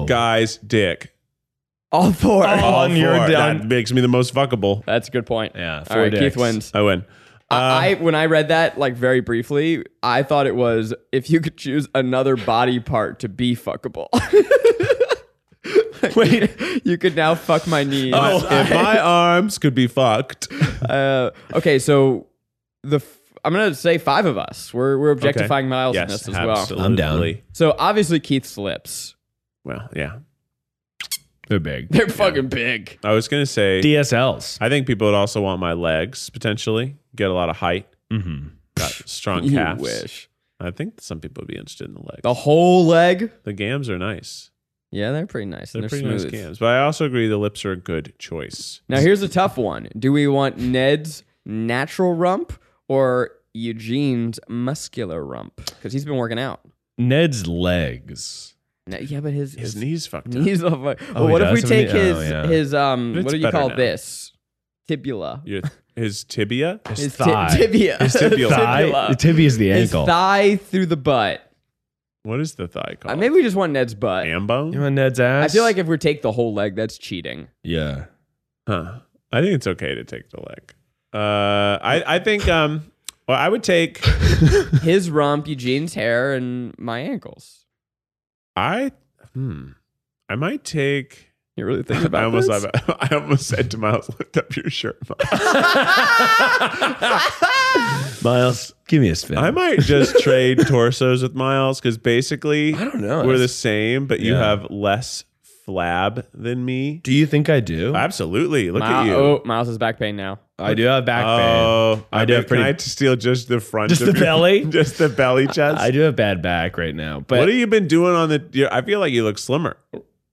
Each guy's dick. All four. Oh. On your Four. dime. That makes me the most fuckable. That's a good point. Yeah, All four right, dicks. Uh, Keith wins. I win. I I- when I read that like very briefly, I thought it was if you could choose another body part to be fuckable. Wait, you could now fuck my knees. Oh. if my arms could be fucked, Uh, okay, so the f- I'm gonna say five of us. We're we're objectifying Miles in yes, this as well. absolutely. I'm down. So obviously Keith's lips. Well, yeah. They're big. They're fucking big. I was gonna say. DSLs. I think people would also want my legs potentially get a lot of height, Mm-hmm. got strong You calves. wish. I think some people would be interested in the legs. The whole leg. The gams are nice. Yeah, they're pretty nice. They're, and They're, pretty smooth. nice gams, but I also agree the lips are a good choice. Now here's a tough one. Do we want Ned's natural rump or Eugene's muscular rump? Because he's been working out. Ned's legs. Now- yeah, but his His knees fucked up. knees. Are, well, Oh, he what if does we have a knee- take his oh, yeah. his um? It's what do you better call now. this? Tibula. Your, his tibia. His ti- tibia. His tibula. Thigh. The tibia is the His ankle. thigh through the butt. What is the thigh Uh, called? maybe we just want Ned's butt. Ham You bone? want Ned's I ass? feel like if we take the whole leg, that's cheating. yeah. Huh. I think it's okay to take the leg. Uh, I I think um. Well, I would take. His rump, Eugene's hair, and my ankles. I hmm. I might take. You really think about I almost this? I almost said to Miles, lift up your shirt. Miles." Miles, give me a spin. I might just trade torsos with Miles because basically I don't know. we're the That's- same, but you Yeah. have less flab than me. Do you think I do? Absolutely. Look Mile- at you. Oh, Miles has back pain now. I do have back Oh, I I do do. have Can pretty- I steal just the front? Just of the your- belly? just the belly chest. I do have bad back right now. But what have you been doing on the? your- I feel like you look slimmer.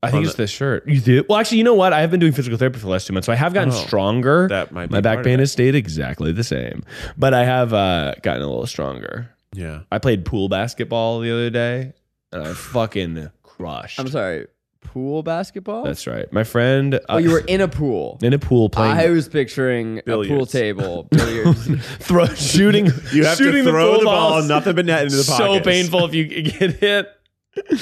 I think on it's the shirt. You do? Well, actually, you know what? I have been doing physical therapy for the last two months, so I have gotten Oh, stronger. that might be My back part of pain it. has stayed exactly the same, but I have uh, gotten a little stronger. Yeah. I played pool basketball the other day, and I fucking crushed. I'm sorry. Pool basketball? Oh. That's right. My friend. uh, oh, you were in a pool. in a pool I playing. was picturing a pool Billiards. table. Billiards. throw, shooting. You have shooting to throw pool the, ball, balls. nothing but net into the pocket. so painful if you get hit.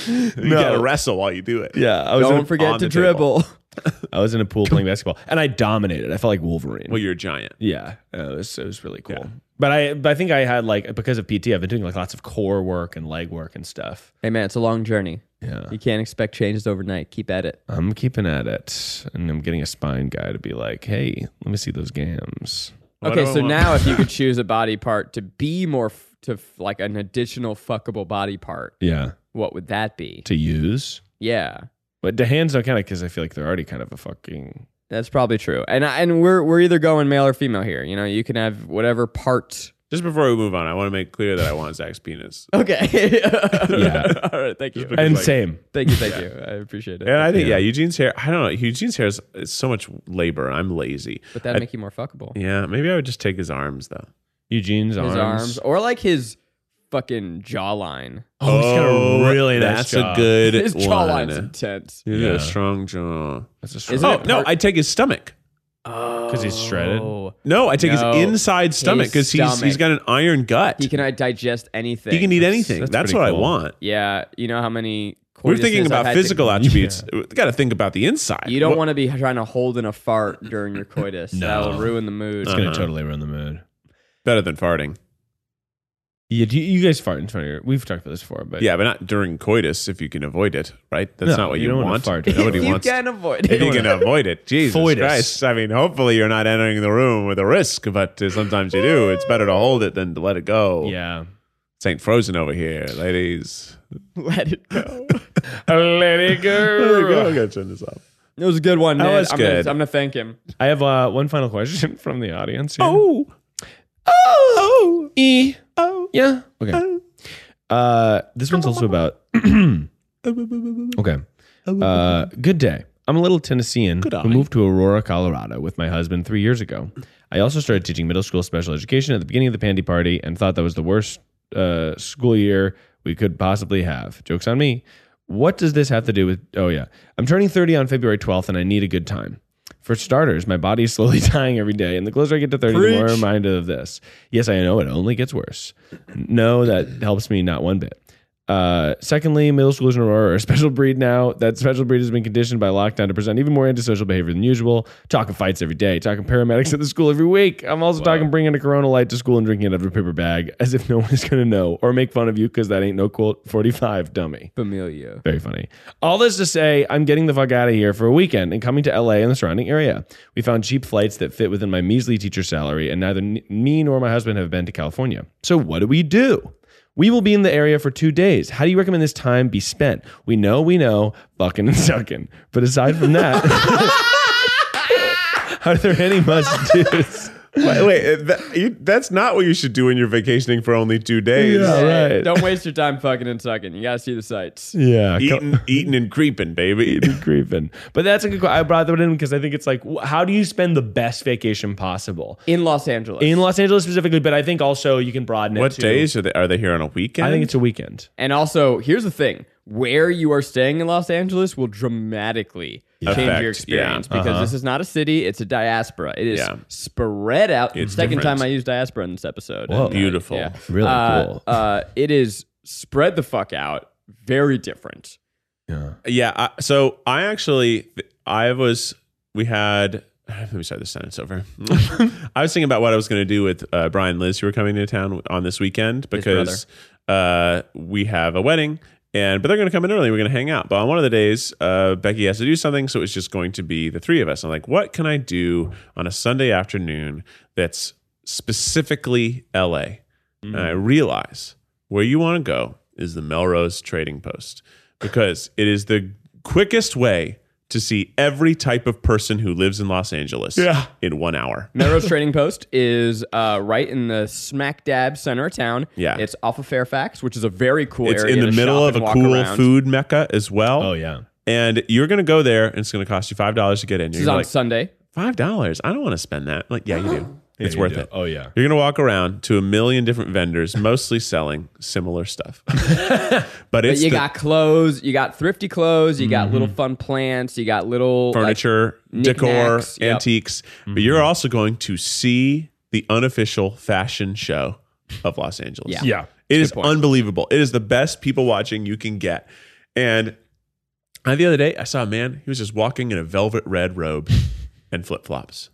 You gotta wrestle while you do it. Yeah, I was, in Don't a, forget on to the table. dribble. I was in a pool playing basketball, and I dominated. I felt like Wolverine. Well, you're a giant. Yeah, uh, it was it was really cool. But I but I think I had like because of PT, I've been doing like lots of core work and leg work and stuff. Hey, man, it's a long journey. Yeah, You can't expect changes overnight. Keep at it. I'm keeping at it, and I'm getting a spine guy to be like, "Hey, let me see those gams." What Okay, do I so want? now if you could choose a body part to be more, f- to f- like an additional fuckable body part, Yeah, what would that be? to use, Yeah, but the hands don't count because I feel like they're already kind of a fucking that's probably true. And I, and we're we're either going male or female here. You know, you can have whatever part. Just before we move on, I want to make clear that I want Zach's penis. Okay. Yeah. All right. Thank you. because, and like- same. Thank you. Thank you. I appreciate it. And I think, Yeah. yeah. Eugene's hair. I don't know. Eugene's hair is it's so much labor. I'm lazy. but that'd make you more fuckable. Yeah, maybe I would just take his arms though. Eugene's His arms. arms or like his fucking jawline. Oh, he's got a really nice that's jaw. a good His one. jawline's intense. He's got Yeah. a strong jaw. That's a Isn't strong- Oh no, part- I take his stomach. Oh. 'Cause he's shredded? No, I take No. his inside stomach because he's stomach. he's got an iron gut. He can uh, digest anything. He can eat anything. that's That's, what pretty cool. I want. Yeah, you know how many We're courteousness thinking I've about had to- physical attributes. We got to think about the inside. You don't What- want to be trying to hold in a fart during your coitus. That'll ruin the mood. It's gonna totally ruin the mood. better than farting. Yeah, do you, you guys fart in front of your? We've talked about this before, but Yeah, but not during coitus if you can avoid it, right? That's No, not what you you, don't wanna want. fart. Nobody you wants. can avoid if it. you can avoid it, Jesus Foitus. Christ! I mean, hopefully you're not entering the room with a risk, but uh, sometimes you do. It's better to hold it than to let it go. yeah. Saint Frozen over here, ladies. Let it go. Let it go. I gotta turn this off. It was a good one, That man. was I'm, gonna, I'm good. gonna thank him. I have uh, one final question from the audience. Here. Oh, oh, e, oh. yeah, okay. Uh, this one's also about. okay. Uh, good day. I'm a little Tennessean who moved to Aurora, Colorado with my husband three years ago. I also started teaching middle school special education at the beginning of the Pandy Party and thought that was the worst uh, school year we could possibly have. Joke's on me. What does this have to do with? Oh, yeah. I'm turning 30 on February 12th and I need a good time. For starters, my body is slowly dying every day, and the closer I get to 30, the more I'm Preach. reminded of this. Yes, I know it only gets worse. No, that helps me not one bit. Uh, secondly, middle schoolers in Aurora are a special breed now. That special breed has been conditioned by lockdown to present even more antisocial behavior than usual. Talking fights every day, talking paramedics at the school every week. I'm also talking bringing a Corona light to school and drinking it out of a paper bag as if no one is going to know or make fun of you because that ain't no quote 45 dummy. Familia. Very funny. All this to say, I'm getting the fuck out of here for a weekend and coming to LA and the surrounding area. We found cheap flights that fit within my measly teacher salary, and neither n- me nor my husband have been to California. So, what do we do? We will be in the area for two days. How do you recommend this time be spent? We know, we know, fucking and sucking. But aside from that, are there any must do's? Wait, wait uh, that, you, that's not what you should do when you're vacationing for only two days. Yeah. All Hey, right. Don't waste your time fucking and sucking. You gotta see the sights. Yeah, Eating, eating and creeping, baby. creeping. But that's a good. que- I brought that in because I think it's like, wh- how do you spend the best vacation possible? In Los Angeles. in Los Angeles specifically, but I think also you can broaden it. What to- days are they? Are they here on a weekend? I think it's a weekend. and also, here's the thing. Where you are staying in Los Angeles will dramatically change Affect, your yeah. uh-huh. experience because this is not a city, it's a diaspora. It is Yeah. spread out. Second different. time I used diaspora in this episode. And, Whoa. uh, beautiful. yeah. Really Uh, cool. uh, it is spread the fuck out. Very different. Yeah. I, so I actually, I was, we had, let me start the sentence over. I was thinking about what I was going to do with uh, Brian and Liz, who were coming to town on this weekend because uh, we have a wedding. And but they're going to come in early. We're going to hang out. But on one of the days, uh, Becky has to do something, so it's just going to be the three of us. I'm like, what can I do on a Sunday afternoon that's specifically LA? and I realize where you want to go is the Melrose Trading Post because it is the quickest way to see every type of person who lives in Los Angeles Yeah. in one hour. Melrose Trading Post is uh, right in the smack dab center of town. Yeah. It's off of Fairfax, which is a very cool It's area. in the to middle shop of and a walk cool around. food mecca as well. Oh yeah. And you're going to go there and it's going to cost you $5 to get in. This You're is on gonna be Sunday. like, $5? I don't want to spend that. like, yeah, you do. it's worth it. Oh yeah. You're going to walk around to a million different vendors, mostly selling similar stuff. but But it's you the Mm-hmm. got clothes, you got thrifty clothes, you got little fun plants, you got little like, furniture, decor, knickknacks, yep. Mm-hmm. antiques. But you're also going to see the unofficial fashion show of Los Angeles. Yeah. Yeah. It is unbelievable. It is the best people watching you can get. And I, the other day, I saw a man, he was just walking in a velvet red robe and flip flops.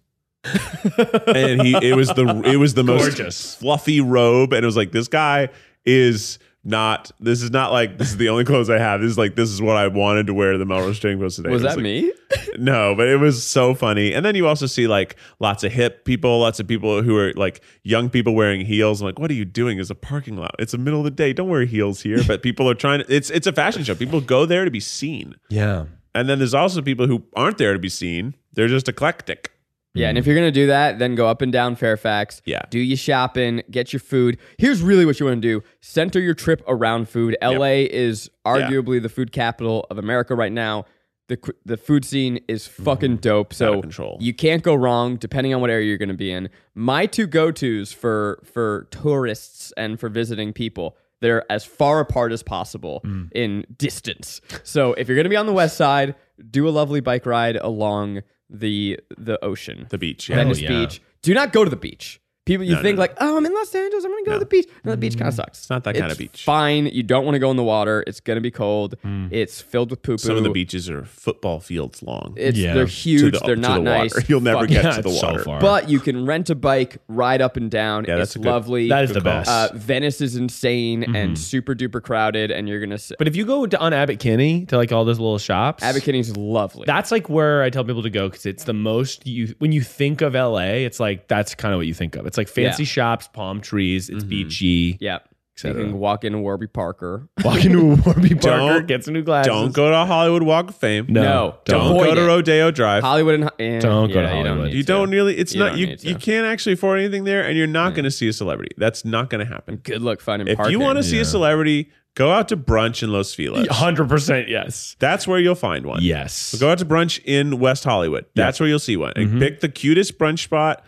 and he it was the it was the most Gorgeous. fluffy robe and it was like this guy is not this is not like this is the only clothes I have. This is like this is what I wanted to wear to the Melrose Trading Post today. was It that like, me? no, but it was so funny. And then you also see like lots of hip people, lots of people who are like young people wearing heels. I'm like, what are you doing? It's a parking lot. It's the middle of the day. Don't wear heels here. But people are trying to, it's it's a fashion show. People go there to be seen. Yeah. And then there's also people who aren't there to be seen. They're just eclectic. Yeah, and if you're gonna do that, then go up and down Fairfax. Mm. Yeah. Do your shopping, get your food. Here's really what you want to do. Center your trip around food. LA is arguably the food capital of America right now. The qu- the food scene is fucking dope. So Out of Mm-hmm. control. you can't go wrong depending on what area you're gonna be in. My two go-tos for for tourists and for visiting people. They're as far apart as possible Mm. in distance. So if you're gonna be on the west side, do a lovely bike ride along the the ocean The beach. Yeah. Venice yeah. Beach. Do not go to the beach. People, you No, think no, no. like, oh, I'm in Los Angeles. I'm gonna go to the beach. No, the beach kind of sucks. It's not that kinda beach. Mm. Fine. You don't want to go in the water. It's gonna be cold. It's filled with poo poo. Some of the beaches are football fields long. It's Yeah. they're To huge. the- they're to not the water. nice. You'll never Fuck get yeah. to the it's so water. far. But you can rent a bike, ride up and down. Yeah, it's that's a good- lovely. That is the call. best. Uh, Venice is insane Mm-hmm. and super duper crowded, and you're gonna. S- but if you go to, on Abbot Kinney to like all those little shops, Abercrombie's lovely. that's like where I tell people to go because it's the most you when you think of LA, it's like that's kind of what you think of. It's like fancy Yeah. shops, palm trees, it's beachy. yeah. You cetera. can walk into Warby Parker. Walk into a Warby Parker, Don't- get some new glasses. Don't go to Hollywood Walk of Fame. No, No, Don't Avoid go to it. Rodeo Drive. Hollywood and eh, Don't go to yeah, you Hollywood. need you to. don't really. It's You not. don't You need to. you can't actually afford anything there, and you're not going to see a celebrity. That's not going to happen. Good luck finding If parking. you want to see Yeah. a celebrity, go out to brunch in Los Feliz. Hundred percent, yes, That's where you'll find one. yes. Go out to brunch in West Hollywood. That's where you'll see one. And Mhm. Pick the cutest brunch spot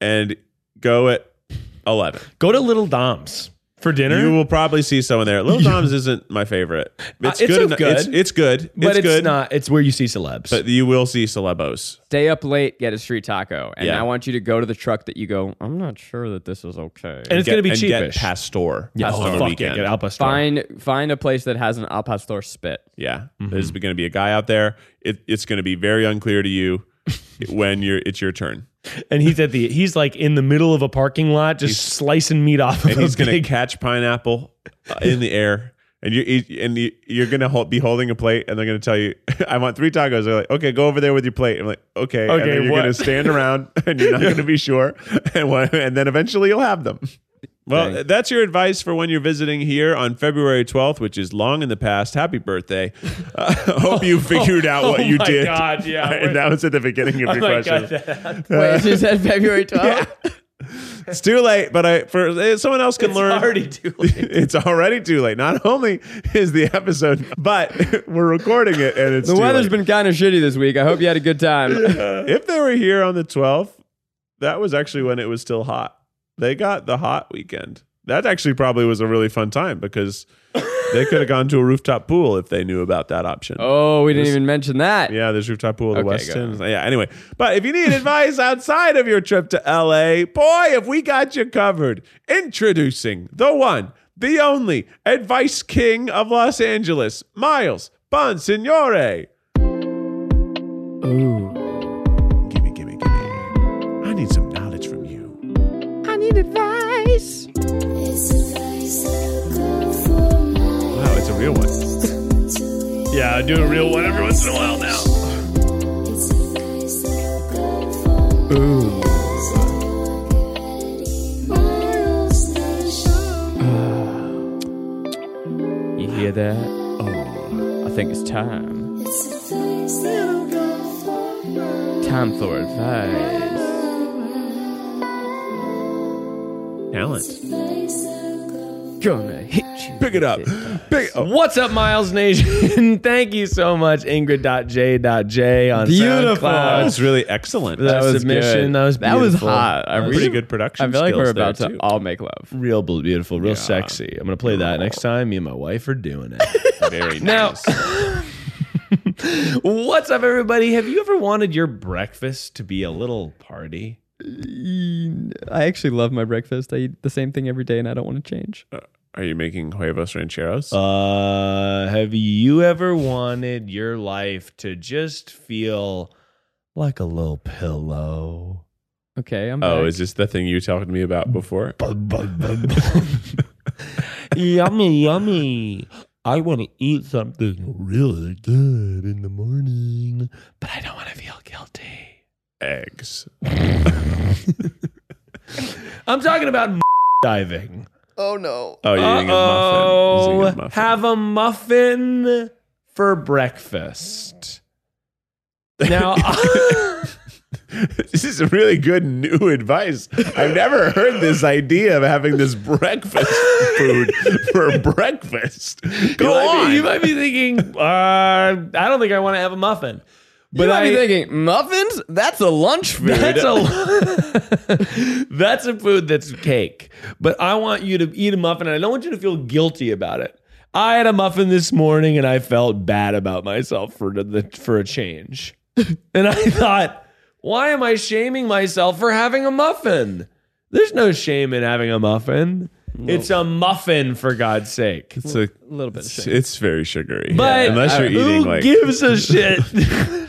and go at eleven. Go to Little Dom's for dinner. You will probably see someone there. Little Dom's isn't my favorite. It's, Uh, it's good, so enough- It's, good. it's good. but it's, good. not. It's where you see celebs. But you will see celebos. stay up late, get a street taco, and Yeah. I want you to go to the truck that you go. I'm not sure that this is okay. and it's Get- gonna be and cheapish. Get pastor. yeah, Oh, on the fuck weekend. it, get Alpa Star. find find a place that has an al pastor spit. Yeah, there's going to be a guy out there. It, it's going to be very unclear to you when you're. It's your turn, and he's at the he's like in the middle of a parking lot, just slicing meat off. Of and he's a going to big- catch pineapple uh, in the air, and you and you, you're going to hold, be holding a plate, and they're going to tell you, "I want three tacos." They're like, "Okay, go over there with your plate." I'm like, "Okay," and Okay, then you're what? going to stand around, and you're not going to be sure, and one, and then eventually you'll have them. Well, Dang. that's your advice for when you're visiting here on February 12th, which is long in the past. Happy birthday! Uh, hope you figured out what Oh you my did. God, yeah. and that was at the beginning of your Oh my question. God, that- Wait, is this at February 12th? It's too late, but I for eh, someone else can it's learn. already too late. it's already too late. Not only is the episode, but we're recording it, and it's The too weather's late. been kind of shitty this week. I hope you had a good time. If they were here on the 12th, that was actually when it was still hot. They got the hot weekend. That actually probably was a really fun time because they could have gone to a rooftop pool if they knew about that option. Oh, we didn't even mention that. Yeah, there's rooftop pool at the Okay, West go End. Yeah, anyway. But if you need advice outside of your trip to LA, boy, if we got you covered. Introducing the one, the only advice king of Los Angeles, Miles Bonsignore. Ooh, Gimme, gimme, gimme. I need some knowledge from you. I need advice. Wow, it's a real one. Yeah, I do a real one every once in a while now. Ooh. You hear that? Oh, I think it's time. Time for advice. Talent. Gonna hit you. Pick it up. Pick oh, What's up, Miles Nation? Thank you so much, Ingrid.j.j on Beautiful. Wow, SoundCloud. it's really excellent. That was good. submission. That was That was beautiful. hot. I That was really- pretty good production I feel like skills we're there, about to too. all make love. Real bl- beautiful, real sexy. I'm gonna play that next time. Me and my wife are doing it. Very Now- nice. What's up, everybody? Have you ever wanted your breakfast to be a little party? I actually love my breakfast. I eat the same thing every day, and I don't want to change. Are you making huevos rancheros? Um, Uh, have you ever wanted your life to just feel like a little pillow? Okay, I'm. oh, back. is this the thing you were talking to me about before? yummy, yummy. I want to eat something really good in the morning, but I don't want to feel guilty. Eggs. I'm talking about diving. Oh, you're eating a muffin. He's eating a muffin. have a muffin for breakfast. Now, this is really good new advice. I've never heard this idea of having this breakfast food for breakfast. you, Go might on. Be, you might be thinking, uh, I don't think I want to have a muffin. But you might I, be thinking muffins. That's a lunch food. That's a that's a food that's cake. But I want you to eat a muffin, and I don't want you to feel guilty about it. I had a muffin this morning, and I felt bad about myself for the for a change. and I thought, why am I shaming myself for having a muffin? There's no shame in having a muffin. It's a muffin for God's sake. It's a little bit of It's, shame. it's very sugary. But Yeah, unless you're who eating like gives a shit?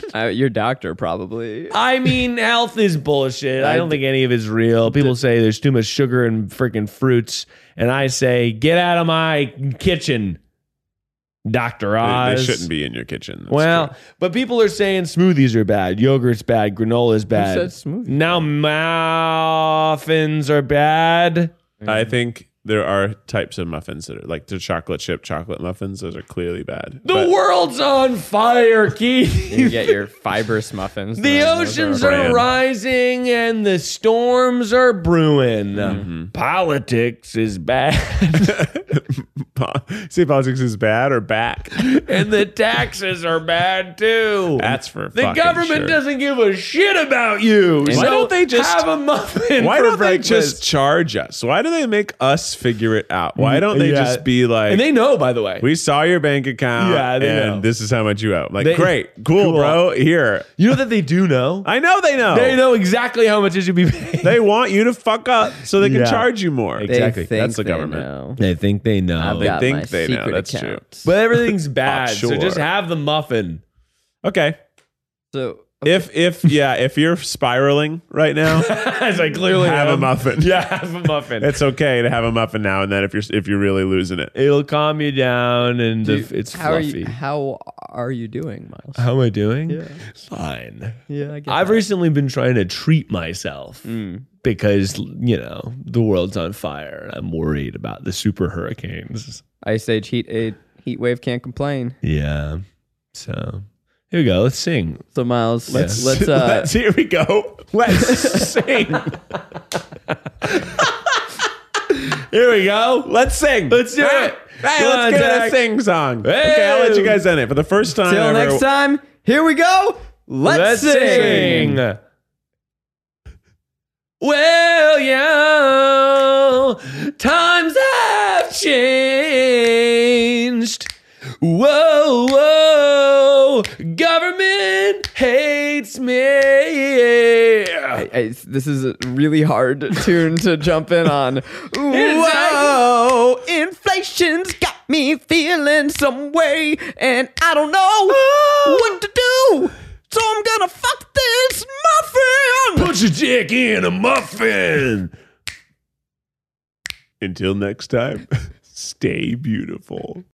Uh, your doctor probably. I mean, health is bullshit. I don't think any of it's real. People say there's too much sugar in freaking fruits, and I say, get out of my kitchen, Doctor they, Oz. they shouldn't be in your kitchen. That's Well, true. but people are saying smoothies are bad, yogurt's bad, granola's said bad. smoothies? Now muffins are bad. I think there are types of muffins that are like the chocolate chip chocolate muffins. Those are clearly bad. The But world's on fire, Keith. You get your fibrous muffins. The oceans are, brand. rising and the storms are brewing. Mm-hmm. Politics is bad po- say politics is bad or back. and the taxes are bad too. That's for the fucking government sure. doesn't give a shit about you. Why so don't they just- have a muffin? Why for don't breakfast? they just charge us? Why do they make us figure it out? Why don't they Mm, Yeah. just be like, And they know, by the way. we saw your bank account Yeah, they and know. this is how much you owe? I'm like, They- great, cool, cool. bro. Here. you know that they do know. Oh. I know they know. They know exactly how much it should be paid. They want you to fuck up so they can Yeah. charge you more. They Exactly. think That's the they government. know. They think they know. Oh, I've got think my they know. secret That's true. account. but everything's bad. So Offshore. just have the muffin. Okay. So If if yeah, if you're spiraling right now, As I clearly have a am. muffin. Yeah, have a muffin. It's okay to have a muffin now and then if you're if you're really losing it. It'll calm you down and do- if it's how fluffy. Are you, how are you doing, Miles? how am I doing? Yeah. Fine. Uh, Yeah, I get I've that. recently been trying to treat myself because, you know, the world's on fire and I'm worried about the super hurricanes. Ice Age heat a heat wave can't complain. Yeah. So here we go. Let's sing. So Miles, let's let's, uh, Let's- here we go. Let's sing. Here we go. Let's sing. Let's do Ah, it. Hey, Come on, let's get Zach. a sing song. Okay, I'll let you guys end it for the first time. till ever- next time. Here we go. Let's, sing. Well, yeah, times have changed. Whoa, whoa, government hates me. I, I- this is a really hard tune to jump in on. like- Whoa, inflation's got me feeling some way, and I don't know what to do. So I'm gonna fuck this muffin. Put your dick in a muffin. Until next time, stay beautiful.